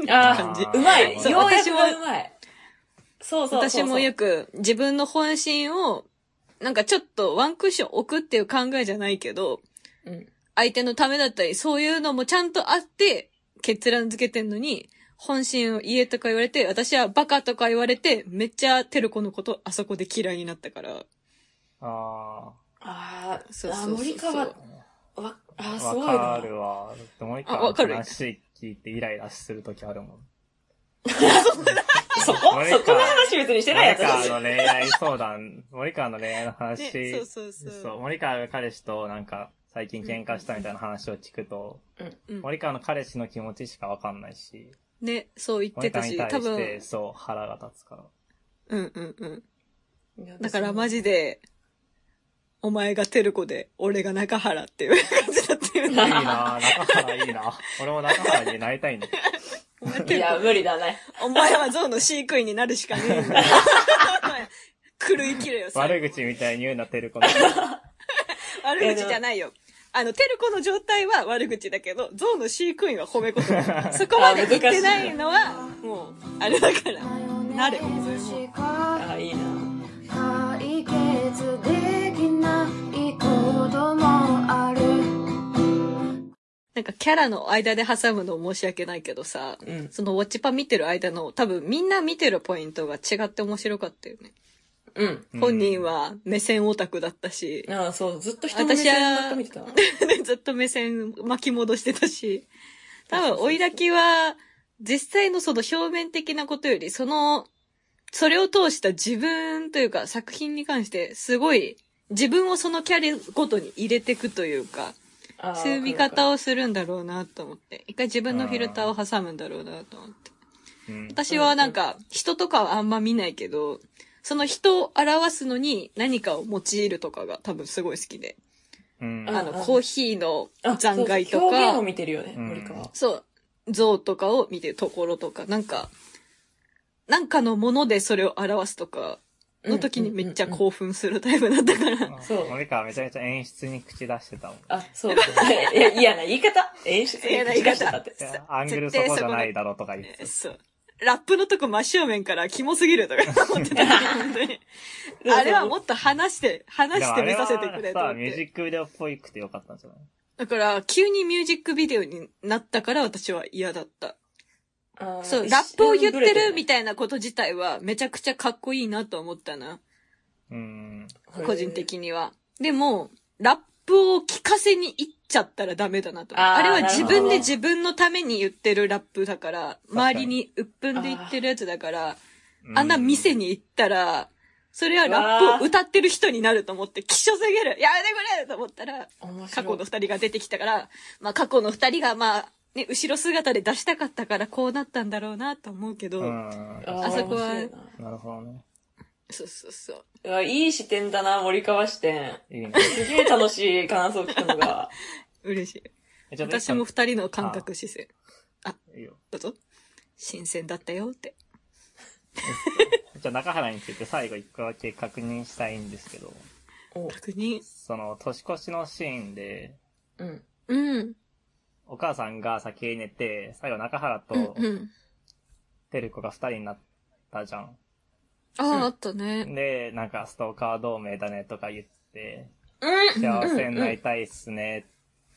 S3: あ
S2: 感じ
S3: あ、うまい。
S2: そう
S3: ようやく
S4: 私も
S3: がうまい。そうそうそうそう。
S4: 私もよく自分の本心を、なんかちょっとワンクッション置くっていう考えじゃないけど、
S3: うん。
S4: 相手のためだったり、そういうのもちゃんとあって、決断づけてんのに、本心を言えとか言われて、私はバカとか言われて、めっちゃテルコのことあそこで嫌いになったから。
S2: あ
S3: あー
S4: そう
S3: あ、
S4: そうそうそう
S3: 森川、わ、あー、
S2: あ、
S3: す
S2: わ
S3: ごい
S2: か
S3: な。
S2: るわ。だってもう一
S4: あわか
S2: 回
S4: る
S2: 話聞いてイライラするときあるもん。
S3: そこ
S2: 森
S3: そ
S2: 川
S3: この話別にしてないやつ
S2: 森。川の恋愛相談、森川の恋愛の話、
S4: ねそうそうそう
S2: 森川が彼氏となんか最近喧嘩したみたいな話を聞くと、
S4: うん
S2: 森川の彼氏の気持ちしかわかんないし、
S4: ね、そう言って
S2: 森
S4: た
S2: 川に
S4: し、
S2: 対し
S4: 多分、
S2: てそう腹が立つから。
S4: うんうんうん。
S3: いや
S4: だから
S3: 別に
S4: マジで、お前がテルコで、俺が中原っていう感じだったよ
S2: いい
S4: ね。
S2: なぁ、中原いいなぁ。 *laughs* 俺も中原になりたい
S4: *laughs*
S2: んだ。
S3: いや、無理だね。
S4: お前は象の飼育員になるしかね
S2: *laughs*
S4: えんだよ。お前狂い切れよ、最後
S2: 悪口みたいに言うな、てるこの。
S4: 悪口じゃないよ。あの、テルコの状態は悪口だけど、象の飼育員は褒め
S2: *laughs*
S4: 言葉。そこまで言ってないのは、もう、あれだから。なれお前も
S3: あーいいな。
S5: 解決できないこともある
S4: なんかキャラの間で挟むの申し訳ないけどさ、
S3: うん
S4: そのウォッチパ見てる間の多分みんな見てるポイントが違って面白かったよね。
S3: うん。
S4: 本人は目線オタクだったし、
S3: あーそう、ずっと人の目
S4: 私は
S3: 線ばっか見てた。
S4: *laughs* ずっと目線巻き戻して
S3: *laughs*
S4: たし、多分追いだきは実際のその表面的なことより、その、それを通した自分というか作品に関してすごい自分をそのキャリアごとに入れてくというか、
S3: あー
S4: そういう見方をするんだろうなと思って。一回自分のフィルターを挟むんだろうなと思って。
S2: うん。
S4: 私はなんか、人とかはあんま見ないけど、その人を表すのに何かを用いるとかが多分すごい好きで。
S2: うん。
S3: ん
S4: あの、コーヒーの
S3: あ
S4: 残骸と
S3: そうそう表現を
S4: か、
S3: 見てるよね、
S2: うん
S3: 森川。
S4: そう、像とかを見てるところとか、なんか、なんかのものでそれを表すとか、の時にめっちゃ
S3: うんうんうん
S4: 興奮するタイプだったから。
S3: そう
S2: 森川めちゃめちゃ演出に口出してたもん。
S3: あ、そう。 *laughs* いや、嫌な言い方。演出
S4: 嫌な言い
S3: 口
S4: 方
S3: 出してたって
S2: いやアングルそこじゃないだろとか言って。
S4: そう。ラップのとこ真正面からキモすぎるとか思ってたけど、本当に。あれはもっと話して、話して見させてくれ
S2: でも
S4: と
S2: あ
S4: 思
S2: はさ、
S4: っ
S2: ミュージ
S4: て。
S2: ックビデオっぽいくてよかったんじゃない
S4: だから、急にミュージックビデオになったから私は嫌だった。
S3: あー
S4: そう、
S3: 一
S4: ラップを言
S3: 瞬
S4: っ
S3: ブレ
S4: てるみ
S3: た
S4: たいなこと自体はめちゃくちゃかっこいいなと思ったな。
S2: うん。
S3: よね
S4: 個人。的には。でも、ラップを聞かせに行っちゃったらダメだなと思う
S3: あー
S4: あれは自分
S3: なるほど
S4: で自分のために言ってるラップだから、
S2: かに
S4: 周りに鬱憤で言ってるやつだから、
S2: う
S4: あんな店に行ったら、それはラップを歌ってる人になると思って、希少すぎるやめてくれと思ったら、
S3: 面白
S4: 過
S3: い
S4: 去の二人が出てきたから、まあ過去の二人がまあ、ね、後ろ姿で出したかったからこうなったんだろうなと思うけど、
S2: うん。
S3: ー
S4: あそこは
S3: 面白いな
S2: なるほどね。
S4: そうそうそう。
S3: うわいい視点だな、森川視点。
S2: いいね。
S3: すげえ楽しい感想聞くのが。
S4: *laughs* 嬉しい。
S2: ちょっと
S4: 私も二人の感覚視線、
S2: いいよ
S4: どうぞ。新鮮だったよって。
S2: じゃあ中原について最後一個だけ確認したいんですけど、
S3: お
S4: 確認。
S2: その年越しのシーンで、
S3: うん。
S4: うん。
S2: お母さんが先に寝て、最後中原
S4: うん
S2: と
S4: うん。
S2: てる子が二人になったじゃん。
S4: ああ、
S3: うん
S4: あったね。
S2: で、なんかストーカー同盟だねとか言って、
S3: うん
S2: 幸せになりたいっすね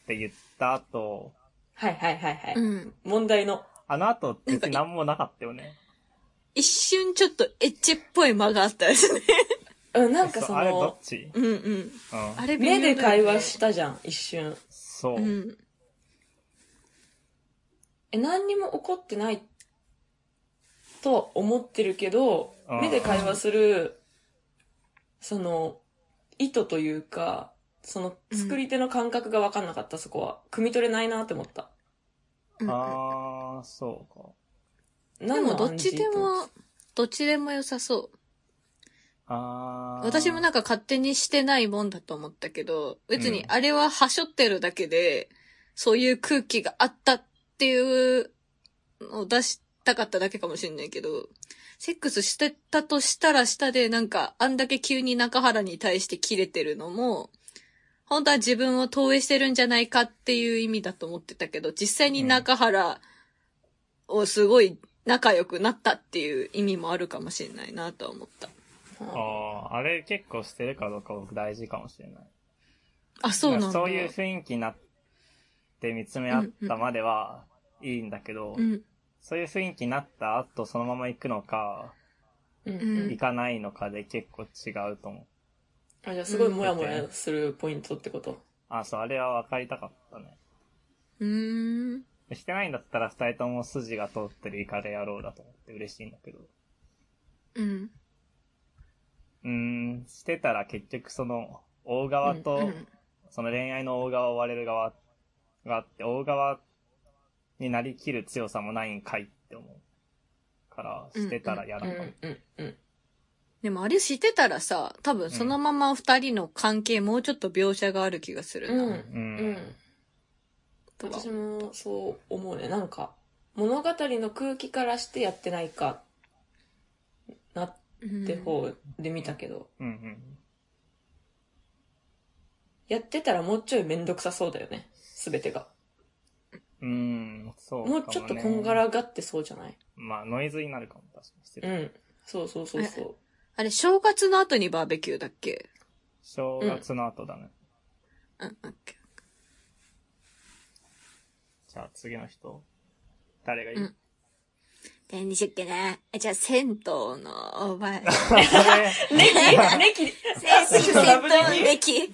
S2: って言った後、
S3: はいはいはいは
S4: う
S3: い。
S4: ん。
S3: 問題の。
S2: あの後別に何もなかったよね。
S4: 一瞬ちょっとエッチっぽい間があったですね。
S3: うん、なんか
S2: そう
S3: そ
S2: あれどっ
S3: の、
S2: ち
S4: うんうん。
S2: うん。
S4: あれ微妙
S3: 目
S4: だよ
S3: で
S4: ね
S3: 会話したじゃん、一瞬。
S2: そう。
S4: うん。
S3: え、何にも起こってないとは思ってるけど
S2: う、ん
S3: 目で会話する、その、意図というか、その作り手の感覚が分かんなかった、そこは。汲み取れないなって思った。
S4: うん
S2: あー、そうか。
S4: で
S3: 何
S4: も
S3: の
S4: どっちで
S3: 暗示と思
S4: も、どっちでも良さそう。
S2: あー。
S4: 私もなんか勝手にしてないもんだと思ったけど、別にあれははしょってるだけで、そういう空気があったっていうのを出したかっただけかもしれないけど、セックスしてたとしたら下でなんかあんだけ急に中原に対して切れてるのも、本当は自分を投影してるんじゃないかっていう意味だと思ってたけど、実際に中原をすごい仲良くなったっていう意味もあるかもしれないなとは思った。
S2: あーあれ結構してるかどうか僕大事かもしれない。
S4: あ、そうなんだ。
S2: そういう雰囲気になっって見つめ合ったまではいいんだけど、
S4: うん。
S2: そういう雰囲気になった後そのまま行くのか、
S3: うんう
S4: うん
S3: ん
S2: 行かないのかで結構違うと思う。
S3: あじゃあすごいモヤモヤするポイントってこと、
S2: あ、そう、あれは分かりたかったね。
S4: うーん。
S2: してないんだったら二人とも筋が通ってるイカレ野郎だと思って嬉しいんだけど。
S4: うん。
S2: うーん、してたら結局その、大側と、
S3: うん
S2: その恋愛の大側を追われる側があって、大側になりきる強さもないんかいって思う。から、してたら嫌だ
S3: うん
S2: か
S3: う
S2: も。
S3: んうん
S4: でもあれしてたらさ、多分そのまま二人の関係もうちょっと描写がある気がする
S3: う
S4: な。
S3: ん
S2: うん
S3: うん
S4: とは
S3: 私もそう思うねなんか物語の空気からしてやってないかなっ
S4: うん
S3: て方で見たけど、
S2: うんうん。
S3: やってたらもうちょいめんどくさそうだよね全てが
S2: うーん、そうかも、
S3: も
S2: ね。
S3: うちょっとこんがらがってそうじゃない
S2: まあ、ノイズになるかも、確かにして
S3: う
S2: る。
S3: んそうそうそうそう
S4: あれ、正月の後にバーベキューだっけ
S2: 正月の後だね。
S4: うん、オッケ
S2: じゃあ、次の人。誰がいい、
S4: うんー。何にしよっけなじゃあ、銭湯のおばあ。
S3: *laughs* ネキネキ
S4: *laughs* 戦士、戦闘
S3: ネ
S4: ネキ。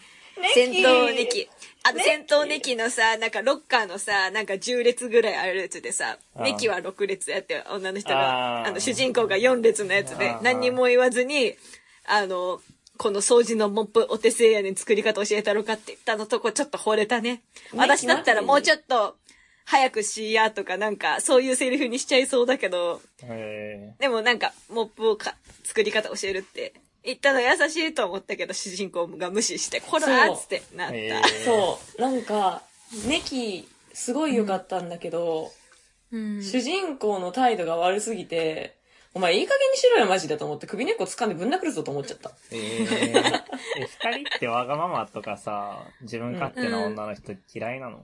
S4: 戦闘ネキ。あの、戦闘ネキのさ、なんかロッカーのさ、なんか10列ぐらいあるやつでさ、
S2: あー
S4: ネキは6列やって、女の人が、
S2: あー
S4: あの、主人公が4列のやつで
S2: あ、ー
S4: 何にも言わずに、あの、この掃除のモップお手製やねん作り方教えたろかって言ったのとこちょっと惚れたね。
S3: ね
S4: 私だったら
S3: 気持ちいい
S4: もうちょっと、早くしやとかなんか、そういうセリフにしちゃいそうだけど、
S2: え
S4: でもなんか、モップをか作り方教えるって言ったの優しいと思ったけど、主人公が無視して、こら
S3: そう
S4: ーっつってなっ
S2: ー、
S4: た。
S2: えー
S3: そうなんかネキすごい良かったんだけど、
S4: うん
S3: 主人公の態度が悪すぎてお前いい加減にしろよマジでと思って首根っこ掴んでぶん殴るぞと思っちゃった
S2: *laughs* えー、え二人ってわがままとかさ、自分勝手な女の人嫌いなの、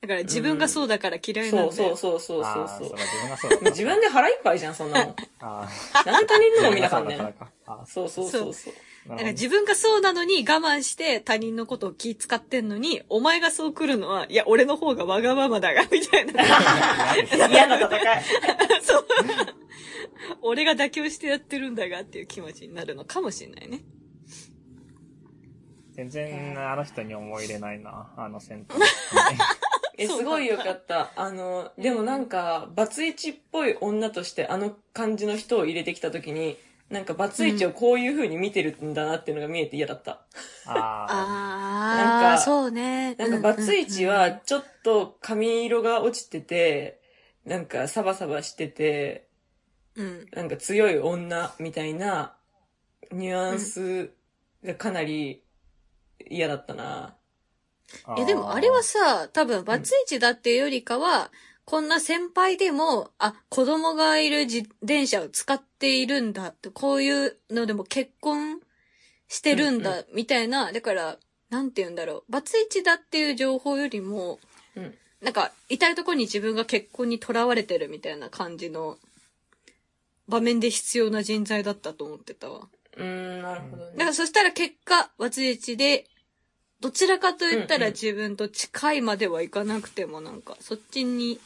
S4: だから自分がそうだから嫌いなんだ
S3: そ
S4: よ
S3: うそうそうそう
S2: あ
S3: そう
S2: あー、
S3: そう
S2: そうか、自分がそうだった。
S3: *laughs* 自分で腹いっぱいじゃんそんなの
S2: あ
S3: 何他人
S2: ー
S3: のも見なかんね
S2: 自分がそうだから
S3: ん
S2: か。 *laughs* あー
S3: そうそうそうそう
S2: な
S4: な
S2: る
S4: んか
S2: ほど
S4: 自分がそうなのに我慢して他人のことを気使ってんのに、お前がそう来るのは、いや、俺の方がわがままだが、み
S3: *laughs*
S4: たいな。
S3: 嫌な戦い
S4: そう。俺が妥協してやってるんだがっていう気持ちになるのかもしれないね。
S2: 全然あの人に思い入れないな、あの戦
S3: *laughs*
S2: 闘。
S3: え
S4: そう
S3: すごいよかったあのでもなんかバツイチっぽい女としてあの感じの人を入れてきた時になんかバツイチをこういう風に見てるんだなっていうのが見えて嫌だった、
S2: ああ、
S4: あ
S3: なんか
S4: そうね
S3: なんかバツイチは、ちょっと髪色が落ちてて、なんかサバサバしてて、
S4: うんうんうんうん
S3: なんか強い女みたいなニュアンスがかなり嫌だったな。
S4: いやでもあれはさ、多分バツイチだっていうよりかは、こんな先輩でも、あ、子供がいる自転車を使っているんだって、こういうのでも結婚してるん
S3: うん
S4: だ、みたいな、だから、なんて言うんだろう。バツイチだっていう情報よりも、
S3: うん
S4: なんか、至るとこに自分が結婚にとらわれてるみたいな感じの場面で必要な人材だったと思ってたわ。
S3: うーん、なるほど
S4: だか
S3: ね。
S4: らそしたら結果、バツイチで、どちらかと言った
S3: うんう
S4: ら
S3: ん
S4: 自分と近いまではいかなくてもなんか、そっちに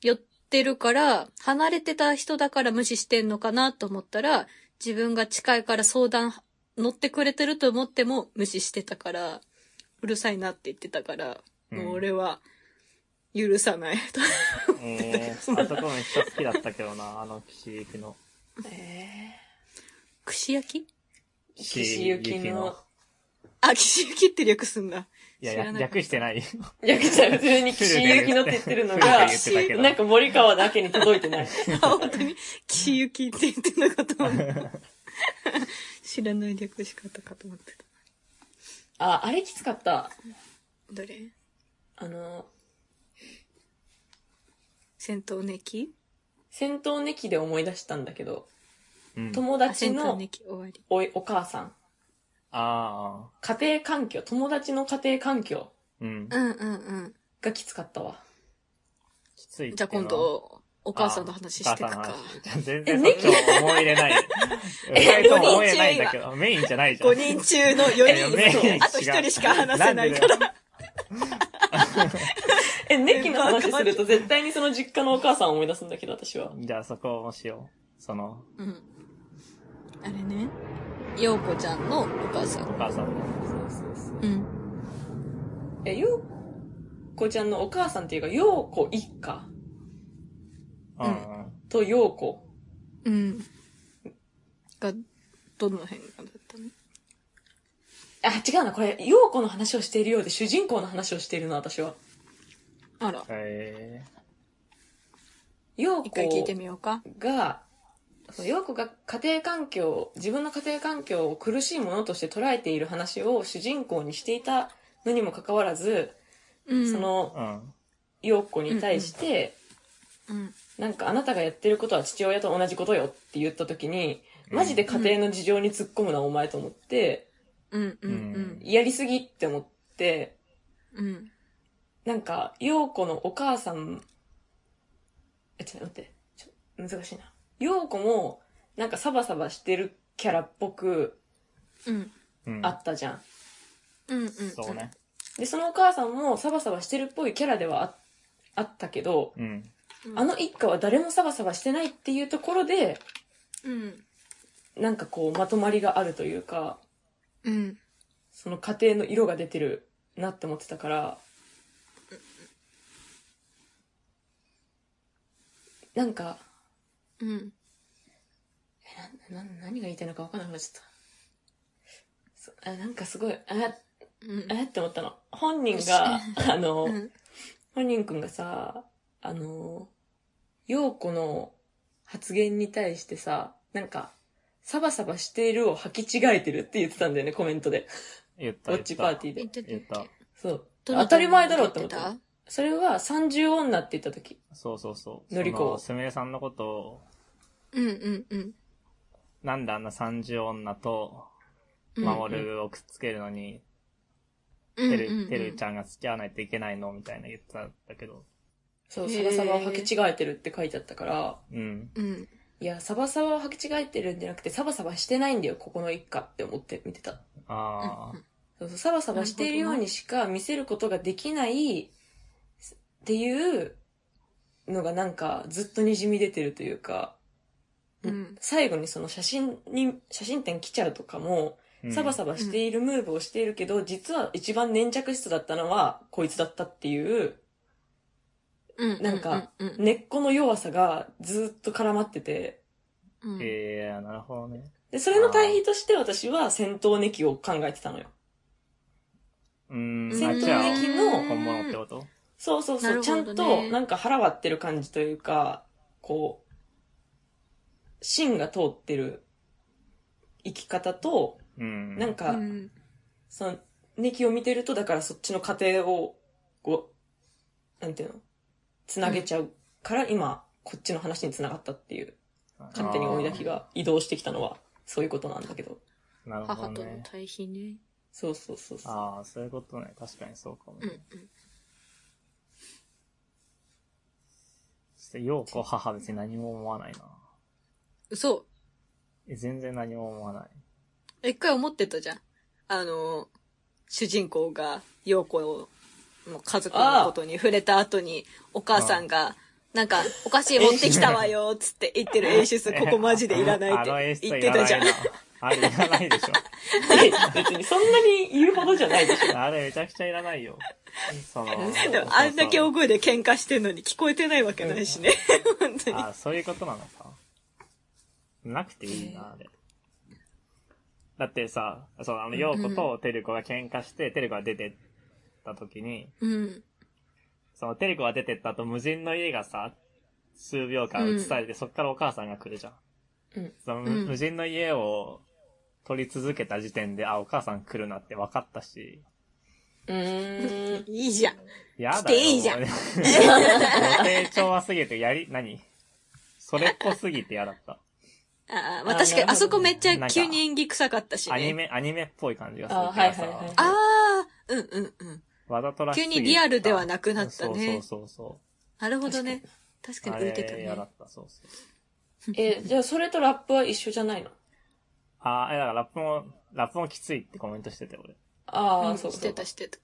S4: 寄ってるから、離れてた人だから無視してんのかなと思ったら、自分が近いから相談乗ってくれてると思っても無視してたから、うるさいなって言ってたから、
S2: うん
S4: もう俺は許さない。
S2: えー、あそこめっちゃ好きだったけどな、あの岸行きの。
S3: え
S4: 串焼き
S3: ー、岸ゆきの。。
S4: あ、串焼きって略すんだ。
S2: いやい
S4: 知ら
S2: や、
S4: なかった
S2: 略してないよ。
S3: いや、じゃあ普通
S2: *laughs*
S3: に岸ゆきのって言ってるの
S2: 古、く
S3: が
S2: 言ってたけど
S3: なんか森川だけに届いてない。
S4: あ本当に、岸ゆきって言ってなかった知らない略し方かと思ってた。
S3: あ、あれきつかった。
S4: どれ
S3: あの、
S4: 戦闘ネキ
S3: 戦闘ネキで思い出したんだけど、
S2: うん、
S3: 友
S4: あ、
S3: 達
S4: 戦闘
S3: の
S4: ネキ終わり。
S3: おいお母さん
S2: ああ、
S3: 家庭環境、友達の家庭環境
S2: うん。
S4: うんうんうん。
S3: がきつかったわ。
S2: きついっていうのは
S4: じゃあ今度、お母さんの話してくか。
S2: 全然そっちを思い入れない。
S4: え
S2: 意外と思い入れないんだけど、メインじゃないじゃん。
S4: *laughs* 5人中の4
S2: いやメイン違
S4: 人
S2: う
S4: と、あと1人しか話せないから。
S2: んでだよ
S3: え、ネキの話すると絶対にその実家のお母さんを思い出すんだけど、私は。
S2: じゃあそこをしよう。その、
S4: うん。あれね。ようこちゃんのお母さ
S2: お
S4: ん。
S2: 母さんの。
S3: そうそうそう。
S4: うん。
S3: え、ようこちゃんのお母さんっていうか、ようこ一家
S2: うんうん。
S3: とようこ。
S4: うん。が、どの辺がだったの
S3: あ、違うな、これ、ようこの話をしているようで、主人公の話をしているな、私は。
S4: あら。
S2: え
S3: よう
S4: 一回聞いて
S3: こ
S4: みようか。
S3: が、そうようこが家庭環境、自分の家庭環境を苦しいものとして捉えている話を主人公にしていたのにもかかわらず、
S4: うん。
S3: そ、の
S2: ー、うん。
S3: ようこに対して、
S4: うん。
S3: なんかあなたがやってることは父親と同じことよって言った時に、マジで家庭の事情に突っ込むな、お前と思って、
S4: うん。うん。
S3: やりすぎって思って、
S4: うん。うん。
S3: なんか、陽子のお母さん、え、ちょっと待って、ちょ難しいな。陽子も、なんかサバサバしてるキャラっぽく
S4: うん。
S2: うん。
S3: あったじゃん。
S4: うん。うん。
S2: そうね。。
S3: で、そのお母さんもサバサバしてるっぽいキャラではああったけど、
S2: うん。
S3: あの一家は誰もサバサバしてないっていうところで、
S4: うん。
S3: なんかこう、まとまりがあるというか、
S4: うん。
S3: その家庭の色が出てるなって思ってたから、なんか、
S4: うん。
S3: えな、な、何が言いたいのか分からなくなっちゃったそ。あなんかすごい、あ、
S4: うん。
S3: あって思ったの。本人が、あの、
S4: うん。
S3: 本人くんがさ、あの、陽子の発言に対してさ、なんか、サバサバしているを履き違えてるって言ってたんだよね、コメントで。
S2: 言った。
S3: ウォッチパーテ
S2: ィ
S3: ィーで。
S2: 言った。
S3: そう。当たり前だろうって思った。それは30女って言った時。
S2: そうそうそう。
S3: のりこ
S2: そのすみれさんのことを、
S4: うんうんうん。
S2: なんであんな三十女と、
S4: うん
S2: 守るをくっつけるのに、
S4: て
S2: てる、てるち
S4: ゃん。
S2: ゃんが付き合わないといけないのみたいな言ってたんだけど。
S3: そう、
S4: へ
S3: サバサ
S4: ー
S3: バを履き違えてるって書いてあったから、
S2: うん。
S4: うん。
S3: いや、サバサバを履き違えてるんじゃなくて、サバサバしてないんだよ、ここの一家って思って見てた。
S2: ああ。
S3: そうそう、サバサバしているようにしか見せることができないっていうのがなんかずっとにじみ出てるというか、
S4: うん
S3: 最後にその写真に、写真展来ちゃうとかも、サバ
S2: バ。
S3: サバしているムーブをしているけど、実は一番粘着質だったのはこいつだったっていう、
S4: うん。
S3: なんか
S4: うんうん
S3: 根っこの弱さがずっと絡まってて、
S4: うん。
S2: ええー、なるほどね。
S3: で、それの対比として私は戦闘ネキを考えてたのよ。
S2: うーん。
S3: 戦
S2: あ
S3: 闘
S2: じゃあ
S3: 的の
S2: 本物ってこと
S3: そうそうそう、
S4: なる
S3: ちゃ
S4: ほ
S3: ん
S4: どね
S3: となんか腹割ってる感じというか、こう、芯が通ってる生き方と、
S2: うん。
S3: なんか、
S4: うん
S3: その、ネキを見てると、だからそっちの過程を、こう、なんていうの、つなげちゃうから、今、こっちの話につながったっていう、勝手に追い出きが移動してきたのは、そういうことなんだけど。
S2: あーなるほ
S4: 母
S2: ど
S4: との
S2: ね。
S4: 対比ね。
S3: そうそうそうそう。
S2: ああ、そういうことね。確かにそうかもね。
S4: うん
S2: そして、ようこ母別に何も思わないな。
S4: うん。そう。
S2: え、全然何も思わない。
S4: 一回思ってたじゃん。あの、主人公が、陽子の家族のことに触れた後に、お母さんが、なんか、お菓子持ってきたわよ、つって言ってる演出、ここマジでいらな
S2: *laughs*
S4: い
S2: あの演
S4: っ
S2: 出
S4: て言
S2: い
S4: って
S2: ら
S4: た
S2: な
S4: じゃ
S2: い
S4: ん
S2: な。。あれいらないでし
S3: え別にそんなに言うほどじゃないでしょ。
S2: ょ。あれめちゃくちゃいらないよ。その、
S4: *laughs* でもあんだけ大声で喧嘩してんのに聞こえてないわけないしね。本当に。
S2: あ、そういうことなのか。なくていいな、あれ。だってさ、そう、あの、ようこ
S4: うん
S2: とてるこが喧嘩して、てるこが出てった時に、
S4: うん。
S2: そのてるこが出てった後、無人の家がさ、数秒間映されて、そっからお母さんが来るじゃん。
S3: うん
S2: その、
S4: うん
S2: 無人の家を撮り続けた時点で、あ、お母さん来るなって分かったし、
S3: うーん。
S4: いいじゃん。
S2: やだよ。
S4: 来ていいじゃん
S2: *laughs* もうね予定調和すぎて、やり、何それっぽすぎて嫌だった。
S4: ああ、まあ確かに、あそこめっち
S2: な
S4: ゃ
S2: んか
S4: 急に演技臭かったしね。
S2: アニメ、アニメっぽい感じがする
S3: あ
S2: からさ。
S3: はいはいはい
S4: ああ、うんうんうん。
S2: わざとらしすぎて
S4: 急にリアルではなくなったね
S2: そうそうそう
S4: なるほどね。確
S2: そ
S4: か
S2: う。
S4: に
S2: あ
S4: 浮いてた
S2: れ
S4: ね
S2: 嫌だ。った、そうそうそう。
S3: え、じゃあそれとラップは一緒じゃないの
S2: ああ、えだからラップも、ラップもきついってコメントしてて、俺。
S3: ああ、
S4: うん
S3: そう
S4: し
S3: そ
S4: て
S3: う。
S4: たしてた。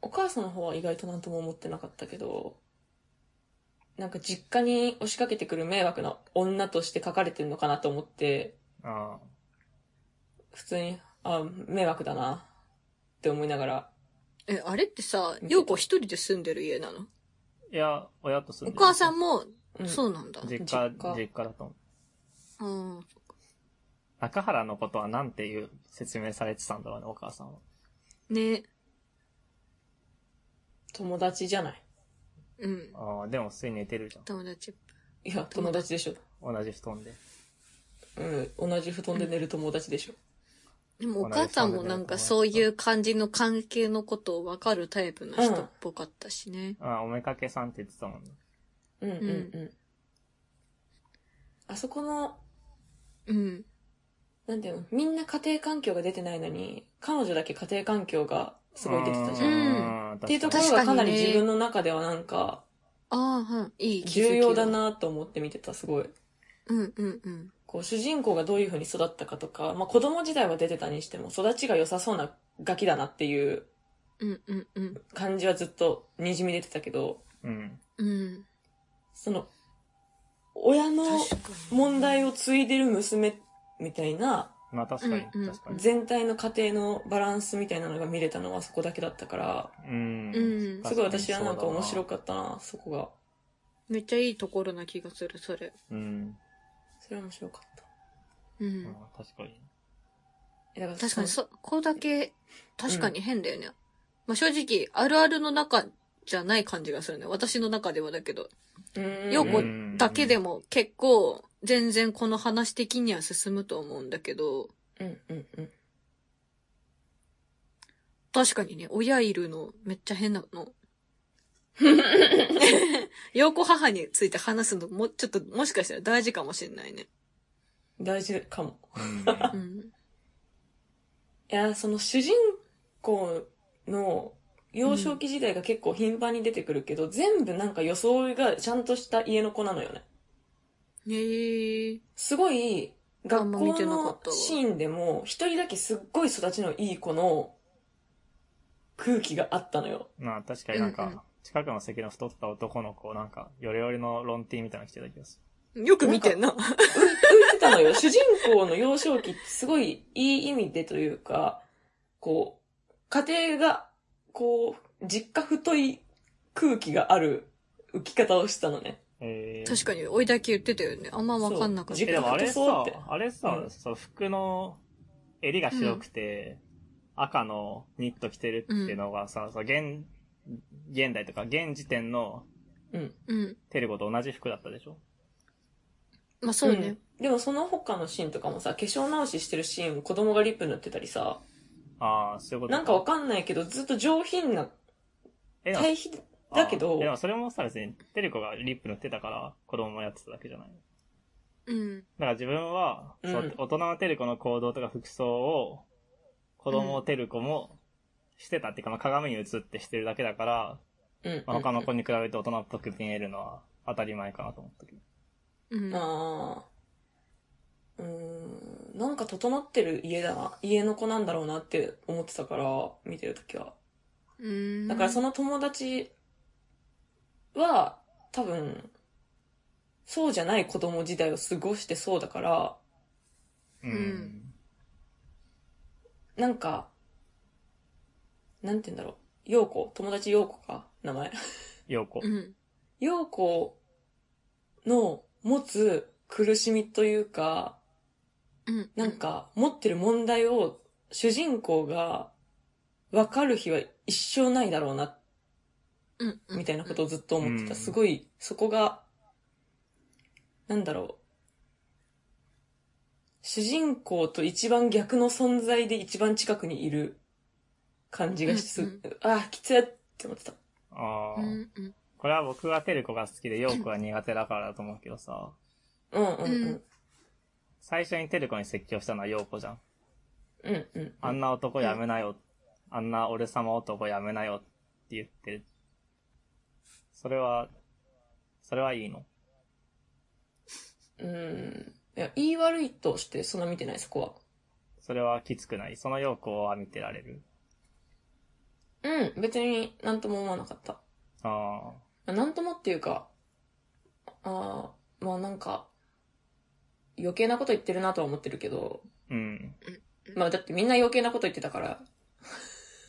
S3: お母さんの方は意外と何とも思ってなかったけど、なんか実家に押しかけてくる迷惑な女として書かれてるのかなと思って、
S2: あ
S3: 普通に、あ、迷惑だなって思いながら、
S4: え、あれってさ、ようこ一人で住んでる家なの
S2: ーいや、親と住
S4: お
S2: んでる
S4: 母さんも、
S3: うん
S4: そうなんだ。
S2: 実家、
S3: 実家
S2: 実家だと思う。
S4: うん。
S2: 中原のことはなんていう説明されてたんだろうね、お母さんは。
S4: ね。
S3: 友達じゃない。
S4: うん。
S2: ああ、でも普通に寝てるじゃん。
S4: 友達。
S3: いや、友達でしょ。
S2: 同じ布団で。
S3: うん、同じ布団で寝る友達でしょ。
S4: でもお母さんもなんかそういう感じの関係のことを分かるタイプの人っぽかったしね。
S2: ああ、おめかけさんって言ってたもんね。
S3: うんうんうん。あそこの、
S4: うん。
S3: なんていうの、みんな家庭環境が出てないのに、彼女だけ家庭環境がすごい出てたじゃん。
S2: ん。
S3: っ
S2: って
S3: いうとこ
S2: 確
S3: ろ
S4: 確か
S3: が
S4: に
S3: かなり
S4: ね
S3: 自分の中ではなんか、
S4: ああ、うん。いい気づき。
S3: 重要だ。なと思って見てた、すごい。
S4: うんうんうん。
S3: こう、主人公がどういう風に育ったかとか、まあ子供時代は出てたにしても、育ちが良さそうなガキだなっていう
S4: うんうんうん。
S3: 感じはずっと滲み出てたけど、
S2: かにうん。
S4: うん。
S3: その、親の
S4: 確かに。
S3: 問題を継いでる娘みたいな、
S2: まあ確かに
S4: うんうん、
S2: 確かに。
S3: 全体の家庭のバランスみたいなのが見れたのはそこだけだったから、
S2: うん
S4: うん
S2: 確
S3: すごい
S2: かに
S3: 私はなんか面
S2: そう
S3: 白
S2: だ
S3: かったな、そこが。
S4: めっちゃいいところな気がする、それ。
S2: なうん。
S3: それは面白かった。
S4: う
S2: うん
S4: ん。
S2: 確かに。
S3: えだから
S4: 確かに、
S3: そ
S4: そこだけ、確かに変だよね。まあ正直、あるあるの中じゃない感じがするね。私の中ではだけど。
S3: う。うん
S4: よ
S2: こ
S4: 子だけでも結構、全然この話的には進むと思うんだけど、
S3: うんうんうん。
S4: 確かにね、親いるのめっちゃ変なの。よ子母について話すのも、ちょっともしかしたら大事かもしれないね。
S3: 大事かも。
S4: う
S2: うん
S4: ん。
S3: いや、その主人公の幼少期時代が結構頻繁に出てくるけど、全部なんか装いがちゃんとした家の子なのよね。
S4: へえー。
S3: すごい、
S4: あん
S3: 学
S4: ま
S3: 校
S4: 見てなか
S3: の
S4: ったわ
S3: シーンでも、一人だけすっごい育ちのいい子の空気があったのよ。
S2: まあ確かになん
S4: うんうん
S2: か、近くの席の太った男の子、なんか、ヨレヨレのロンティーみたいなの着てた気がす
S4: よく見てんな。
S3: 浮いてたのよ。主人公の幼少期ってすごいいい意味でというか、こう、家庭が、こう、実家太い空気がある浮き方をしたのね。
S2: る。えー
S4: 確かに、追いだけ言ってたよね。あんまわかんなかっ
S3: そう
S4: た
S2: え、でもあれ
S3: そう
S2: さ
S3: って、
S2: あれさ、
S3: うん
S2: その服の襟が白くて、赤のニット着てるっていうのがさ、その現、現代とか現時点の
S3: うん。
S4: うん。
S2: テレコと同じ服だったでしょ
S4: まあそうね。
S3: んでもその他のシーンとかもさ、化粧直ししてるシーン、子供がリップ塗ってたりさ、
S2: ああ、そういうこと
S3: なんかわかんないけど、ずっと上品な、
S2: えでも
S3: 対比だけ
S2: あー
S3: ど
S2: で、もそれもさ、別にテレコがリップ塗ってたから、子供もやってただけじゃない。
S4: うん。
S2: だから自分は、
S3: うん
S2: そう大人のテルコの行動とか服装を、子供テルコもしてたっていうか、まあ、鏡に映ってしてるだけだから、
S3: うん。
S2: まあ、他の子に比べて大人っぽく見えるのは当たり前かなと思ったけど。
S4: うん。
S3: ああ。うーん。なんか整ってる家だな、家の子なんだろうなって思ってたから、見てるときは。
S4: うん。
S3: だからその友達は、多分、そうじゃない子供時代を過ごしてそうだから、
S2: うんん。
S3: なんか、なんて言うんだろう。陽子、友達陽子か、名前。 *laughs*
S2: ようこ
S4: う。ん。
S3: 陽子の持つ苦しみというか、
S4: うん。
S3: なん。か持ってる問題を主人公が分かる日は一生ないだろうな、
S4: うん。
S3: みたいなことをずっと思ってた。
S2: うん
S3: すごい、そこが、なんだろう。主人公と一番逆の存在で一番近くにいる感じがしす、
S4: うんうん
S3: ああ、きついって思ってた。
S2: ああ、
S4: うん。うん。
S2: これは僕がテルコが好きで、ようこが苦手だからだと思うけどさ、
S3: うんうんうん。
S2: 最初にテルコに説教したのはようこじゃん。
S3: うんうん。
S2: あんな男やめなよ。あんな俺様男やめなよって言ってる。それは、それはいいの
S3: うん。いや、言い悪いとしてそんな見てない、そこは。
S2: それはきつくない。その要項は見てられる。
S3: うん、別になんとも思わなかった。
S2: あ
S3: まあなんともっていうか、ああ、まあなんか、余計なこと言ってるなとは思ってるけど、
S2: ーうん。
S3: まあだってみんな余計なこと言ってたから、 *laughs*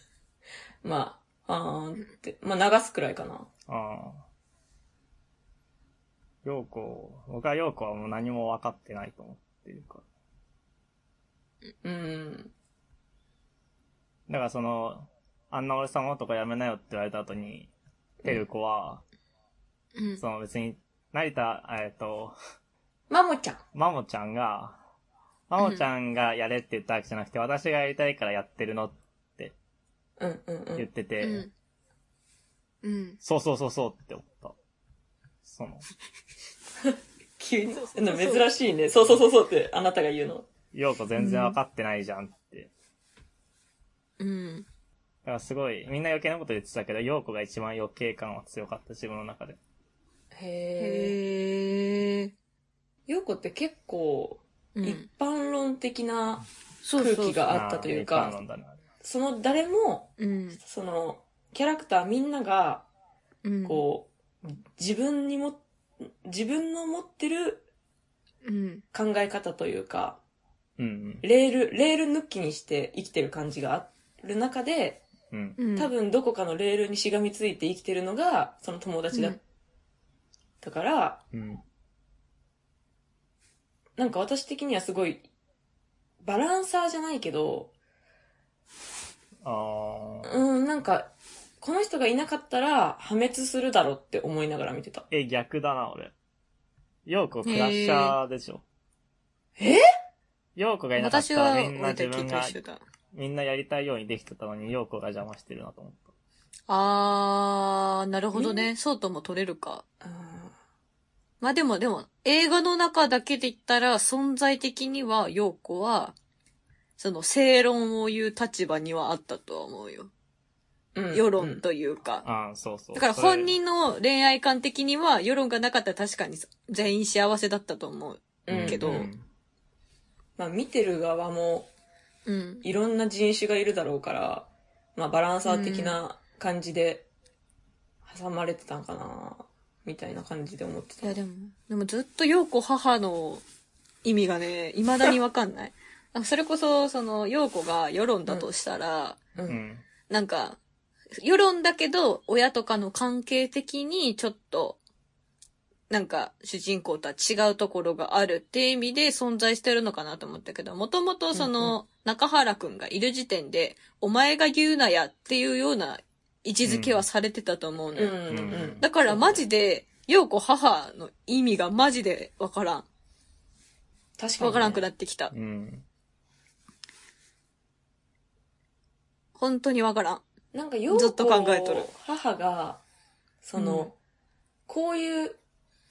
S3: まあ、あーんって、まあ流すくらいかな。
S2: ああ。ようこ、僕はようこはもう何も分かってないと思ってるから。
S3: うん、
S2: だからその、あんな俺様男やめなよって言われた後に、てる子は、
S4: うん。
S2: その別に、成田、えっと、
S3: マモちゃん。
S2: マモちゃんが、マモちゃんがやれって言ったわけじゃなくて、私がやりたいからやってるのって
S3: うんうんう
S2: 言っ
S3: ん。
S2: てて、
S4: うん。うん。
S2: そうそうそうそうって思った。その、
S3: 急に
S4: そうそ、うそうそう
S3: 珍しいね。そうそうそうそうってあなたが言うの。
S2: ようこ全然分かってないじゃんって。
S4: う
S2: だ
S4: ん。
S2: からすごい、みんな余計なこと言ってたけど、陽子が一番余計感は強かった、自分の中で。
S3: へえ。
S4: へえ。
S3: ようこって結構、
S4: うん
S3: 一。般論的な、
S4: そう
S3: 空気があったというか
S2: ー一般論だな
S3: その誰も、
S4: うん。
S3: その、キャラクターみんなが、
S4: うん。
S3: こう、自分にも、自分の持ってる
S4: うん。
S3: 考え方というか、
S2: うん
S3: レール、レール抜きにして生きてる感じがある中で、
S2: うん。うん。
S4: うん。
S3: 多分どこかのレールにしがみついて生きてるのが、その友達だったから、
S2: うん。
S3: なんか私的にはすごい、バランサーじゃないけど、
S2: ああ。
S3: うん、なんか、この人がいなかったら破滅するだろうって思いながら見てた。
S2: え、逆だな、俺。陽子クラッシャーでしょ。
S3: へえ
S2: 陽子がいなかっ
S4: 私
S2: たら
S4: は、
S2: みんな
S4: 俺
S2: 自
S4: たち
S2: 分
S4: と
S2: が、
S4: 一緒だ。
S2: みんなやりたいようにできてたのに、陽子が邪魔してるなと思っ
S4: あー、なるほどね。そうとも取れるか。
S3: うん
S4: まあでもでも、映画の中だけで言ったら、存在的には、陽子は、その正論を言う立場にはあったとは思うよ。
S3: うん
S4: 世論というか。
S2: た。ああ、そうそう。
S4: だから
S2: それ
S4: 本人の恋愛観的には、世論がなかったら確かに全員幸せだったと思う。
S3: うん
S4: けど
S2: うん
S3: まあ見てる側も
S4: うん。
S3: いろんな人種がいるだろうから、まあバランサー的な感じで挟まれてたんかな、みたいな感じで思って
S4: い
S3: た。
S4: やでも、でもずっと陽子母の意味がね、未だにわかん *laughs* ない。あそれこそ、その、陽子が世論だとしたら、
S3: う。
S2: うんん。
S4: なんか、世論だけど、親とかの関係的に、ちょっと、なんか、主人公とは違うところがあるって意味で存在してるのかなと思ったけど、もともとそ
S3: うん
S4: の、中原くんがいる時点で、お前が言うなやっていうような位置づけはされてたと思うの
S3: うん。
S4: よ。
S3: うん。
S2: うん
S4: だからマジで、陽子母の意味がマジでわからん。
S3: 確かに、
S4: わからんくな
S3: っ
S4: ってきた。
S2: うん。
S4: 本当にわからん。
S3: なんかよう
S4: ずっと考えとる
S3: 母が、その、
S4: うん
S3: こういう、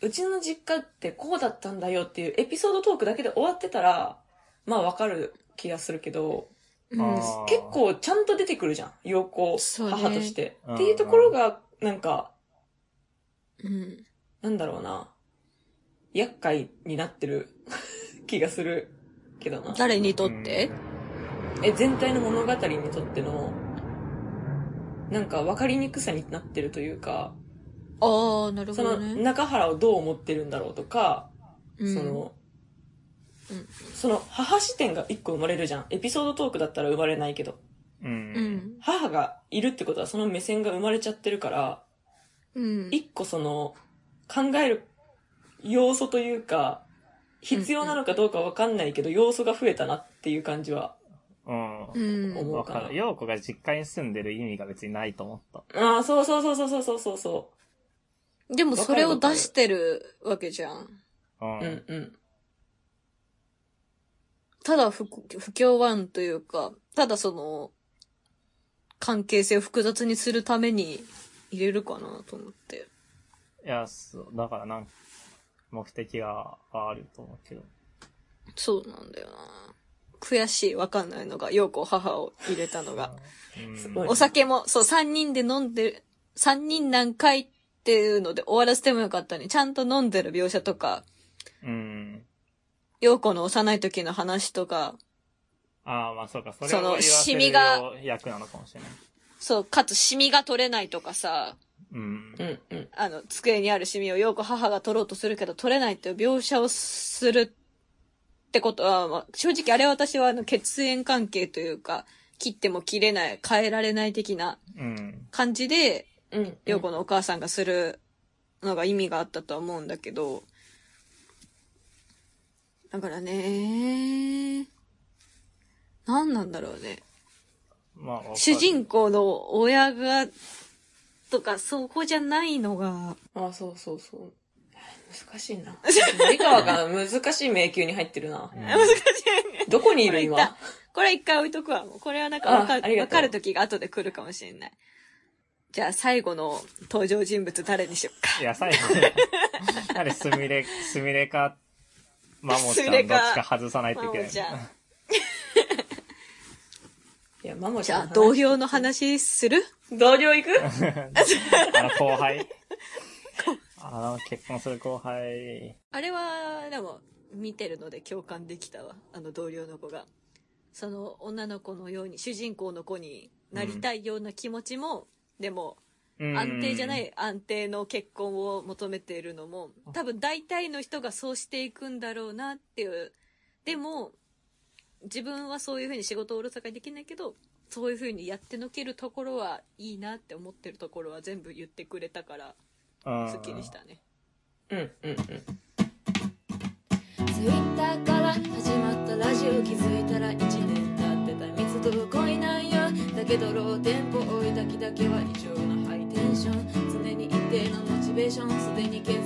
S3: うちの実家ってこうだったんだよっていうエピソードトークだけで終わってたら、まあわかる気がするけど、
S4: うん。
S2: あー
S3: 結構ちゃんと出てくるじゃん。陽子、
S4: そうね
S3: 母として。
S2: うん
S3: っていうところが、なんか、
S4: うん。
S3: なんだろうな。厄介になってる *laughs* 気がするけどな。
S4: 誰にとって
S3: え、全体の物語にとっての、なんか分かりにくさになってるというか、
S4: ああ、なる
S3: そ
S4: ほ
S3: の
S4: どね。
S3: 中原をどう思ってるんだろうとか、
S4: うん
S3: その、
S4: うん
S3: その母視点が一個生まれるじゃん。エピソードトークだったら生まれないけど。
S2: う。
S4: うんん。
S3: 母がいるってことはその目線が生まれちゃってるから、
S4: うん。
S3: 一個その、考える要素というか、必要なのかどうかわかんないけど、要素が増えたなっていう感じは。
S2: うん。
S4: うん。
S3: 思
S2: わ
S3: うか
S2: か
S3: な
S2: る。。陽子が実家に住んでる意味が別にないと思った。
S3: ああ、そうそうそうそうそうそうそ
S4: でもそれを出してるわけじゃん。
S2: うん。
S3: う。うんうん。
S4: ただ不不協和音というか、ただその、関係性を複雑にするために入れるかなと思って。
S2: いや、そう、だからなんか、目的があると思うけど。
S4: そうなんだよな。悔しい、わかんないのが、ようこ母を入れたのが。
S2: うん
S3: すごい
S4: お酒も、そう、三人で飲んでる、三人何回っていうので終わらせてもよかったのに、ちゃんと飲んでる描写とか、
S2: うん。
S4: 陽子の幼い時の話とか、
S2: ああ、まあそうか、それを
S4: その
S2: 言わせ
S4: シ
S2: る
S4: ミが
S2: 役なのかもしれない。
S4: そう、かつシミが取れないとかさ、
S2: うん。
S3: うんうん。
S4: あの、机にあるシミをよく母が取ろうとするけど取れないっていう描写をするってことは、まあ正直あれは私はあの血縁関係というか、切っても切れない、変えられない的な
S2: うん。
S4: 感じで、
S3: うん、うん。
S4: 陽子のお母さんがするのが意味があったとは思うんだけど、だからね、何なんだろうね。
S2: まあ、わかる
S4: 主人公の親が、とか、そこじゃないのが、
S3: あ、そうそうそう。難しい *laughs* な。森川が難しい迷宮に入ってるな。どこにいる
S4: 入っ
S3: 今
S4: これ一回置いとくわ。もうこれはなんかわか
S3: あありが
S4: わ
S3: とう
S4: かる時が後で来るかもしれない。じゃあ最後の登場人物誰にしようか。
S2: いや、最後ね。あれ、すみれ、すみれか、マモち
S4: す
S2: ゃ
S4: み
S2: ん、
S4: れ
S2: ど
S4: か
S2: っちか外さないとい
S4: マ
S2: け
S4: モ
S2: ない。
S4: ちゃん。
S3: いや、マモち
S4: じゃ
S3: ゃ
S4: あ
S3: ん。
S4: 同。僚の話する *laughs*
S3: 同僚行く
S2: あの、後輩。あの、結婚する後輩。
S4: あれは、でも、見てるので共感できたわ。あの同僚の子が。その女の子のように、主人公の子になりたいような気持ちも、でも、
S2: うん
S4: 安定じゃな。い安定の結婚を求めているのも、多分大体の人がそうしていくんだろうなっていう。でも、自分はそういうふうに仕事をおろそかにできないけど、そういうふうにやってのけるところはいいなって思ってるところは全部言ってくれたから、
S2: うん。
S4: 好きでしたね。
S3: うん、うん、うん。
S5: ツイッターから始まったラジオ気づいたら1年経ってた密度動いないよだけどローテンポ追いだきだけは異常なハイテンション常に一定のモチベーションすでに欠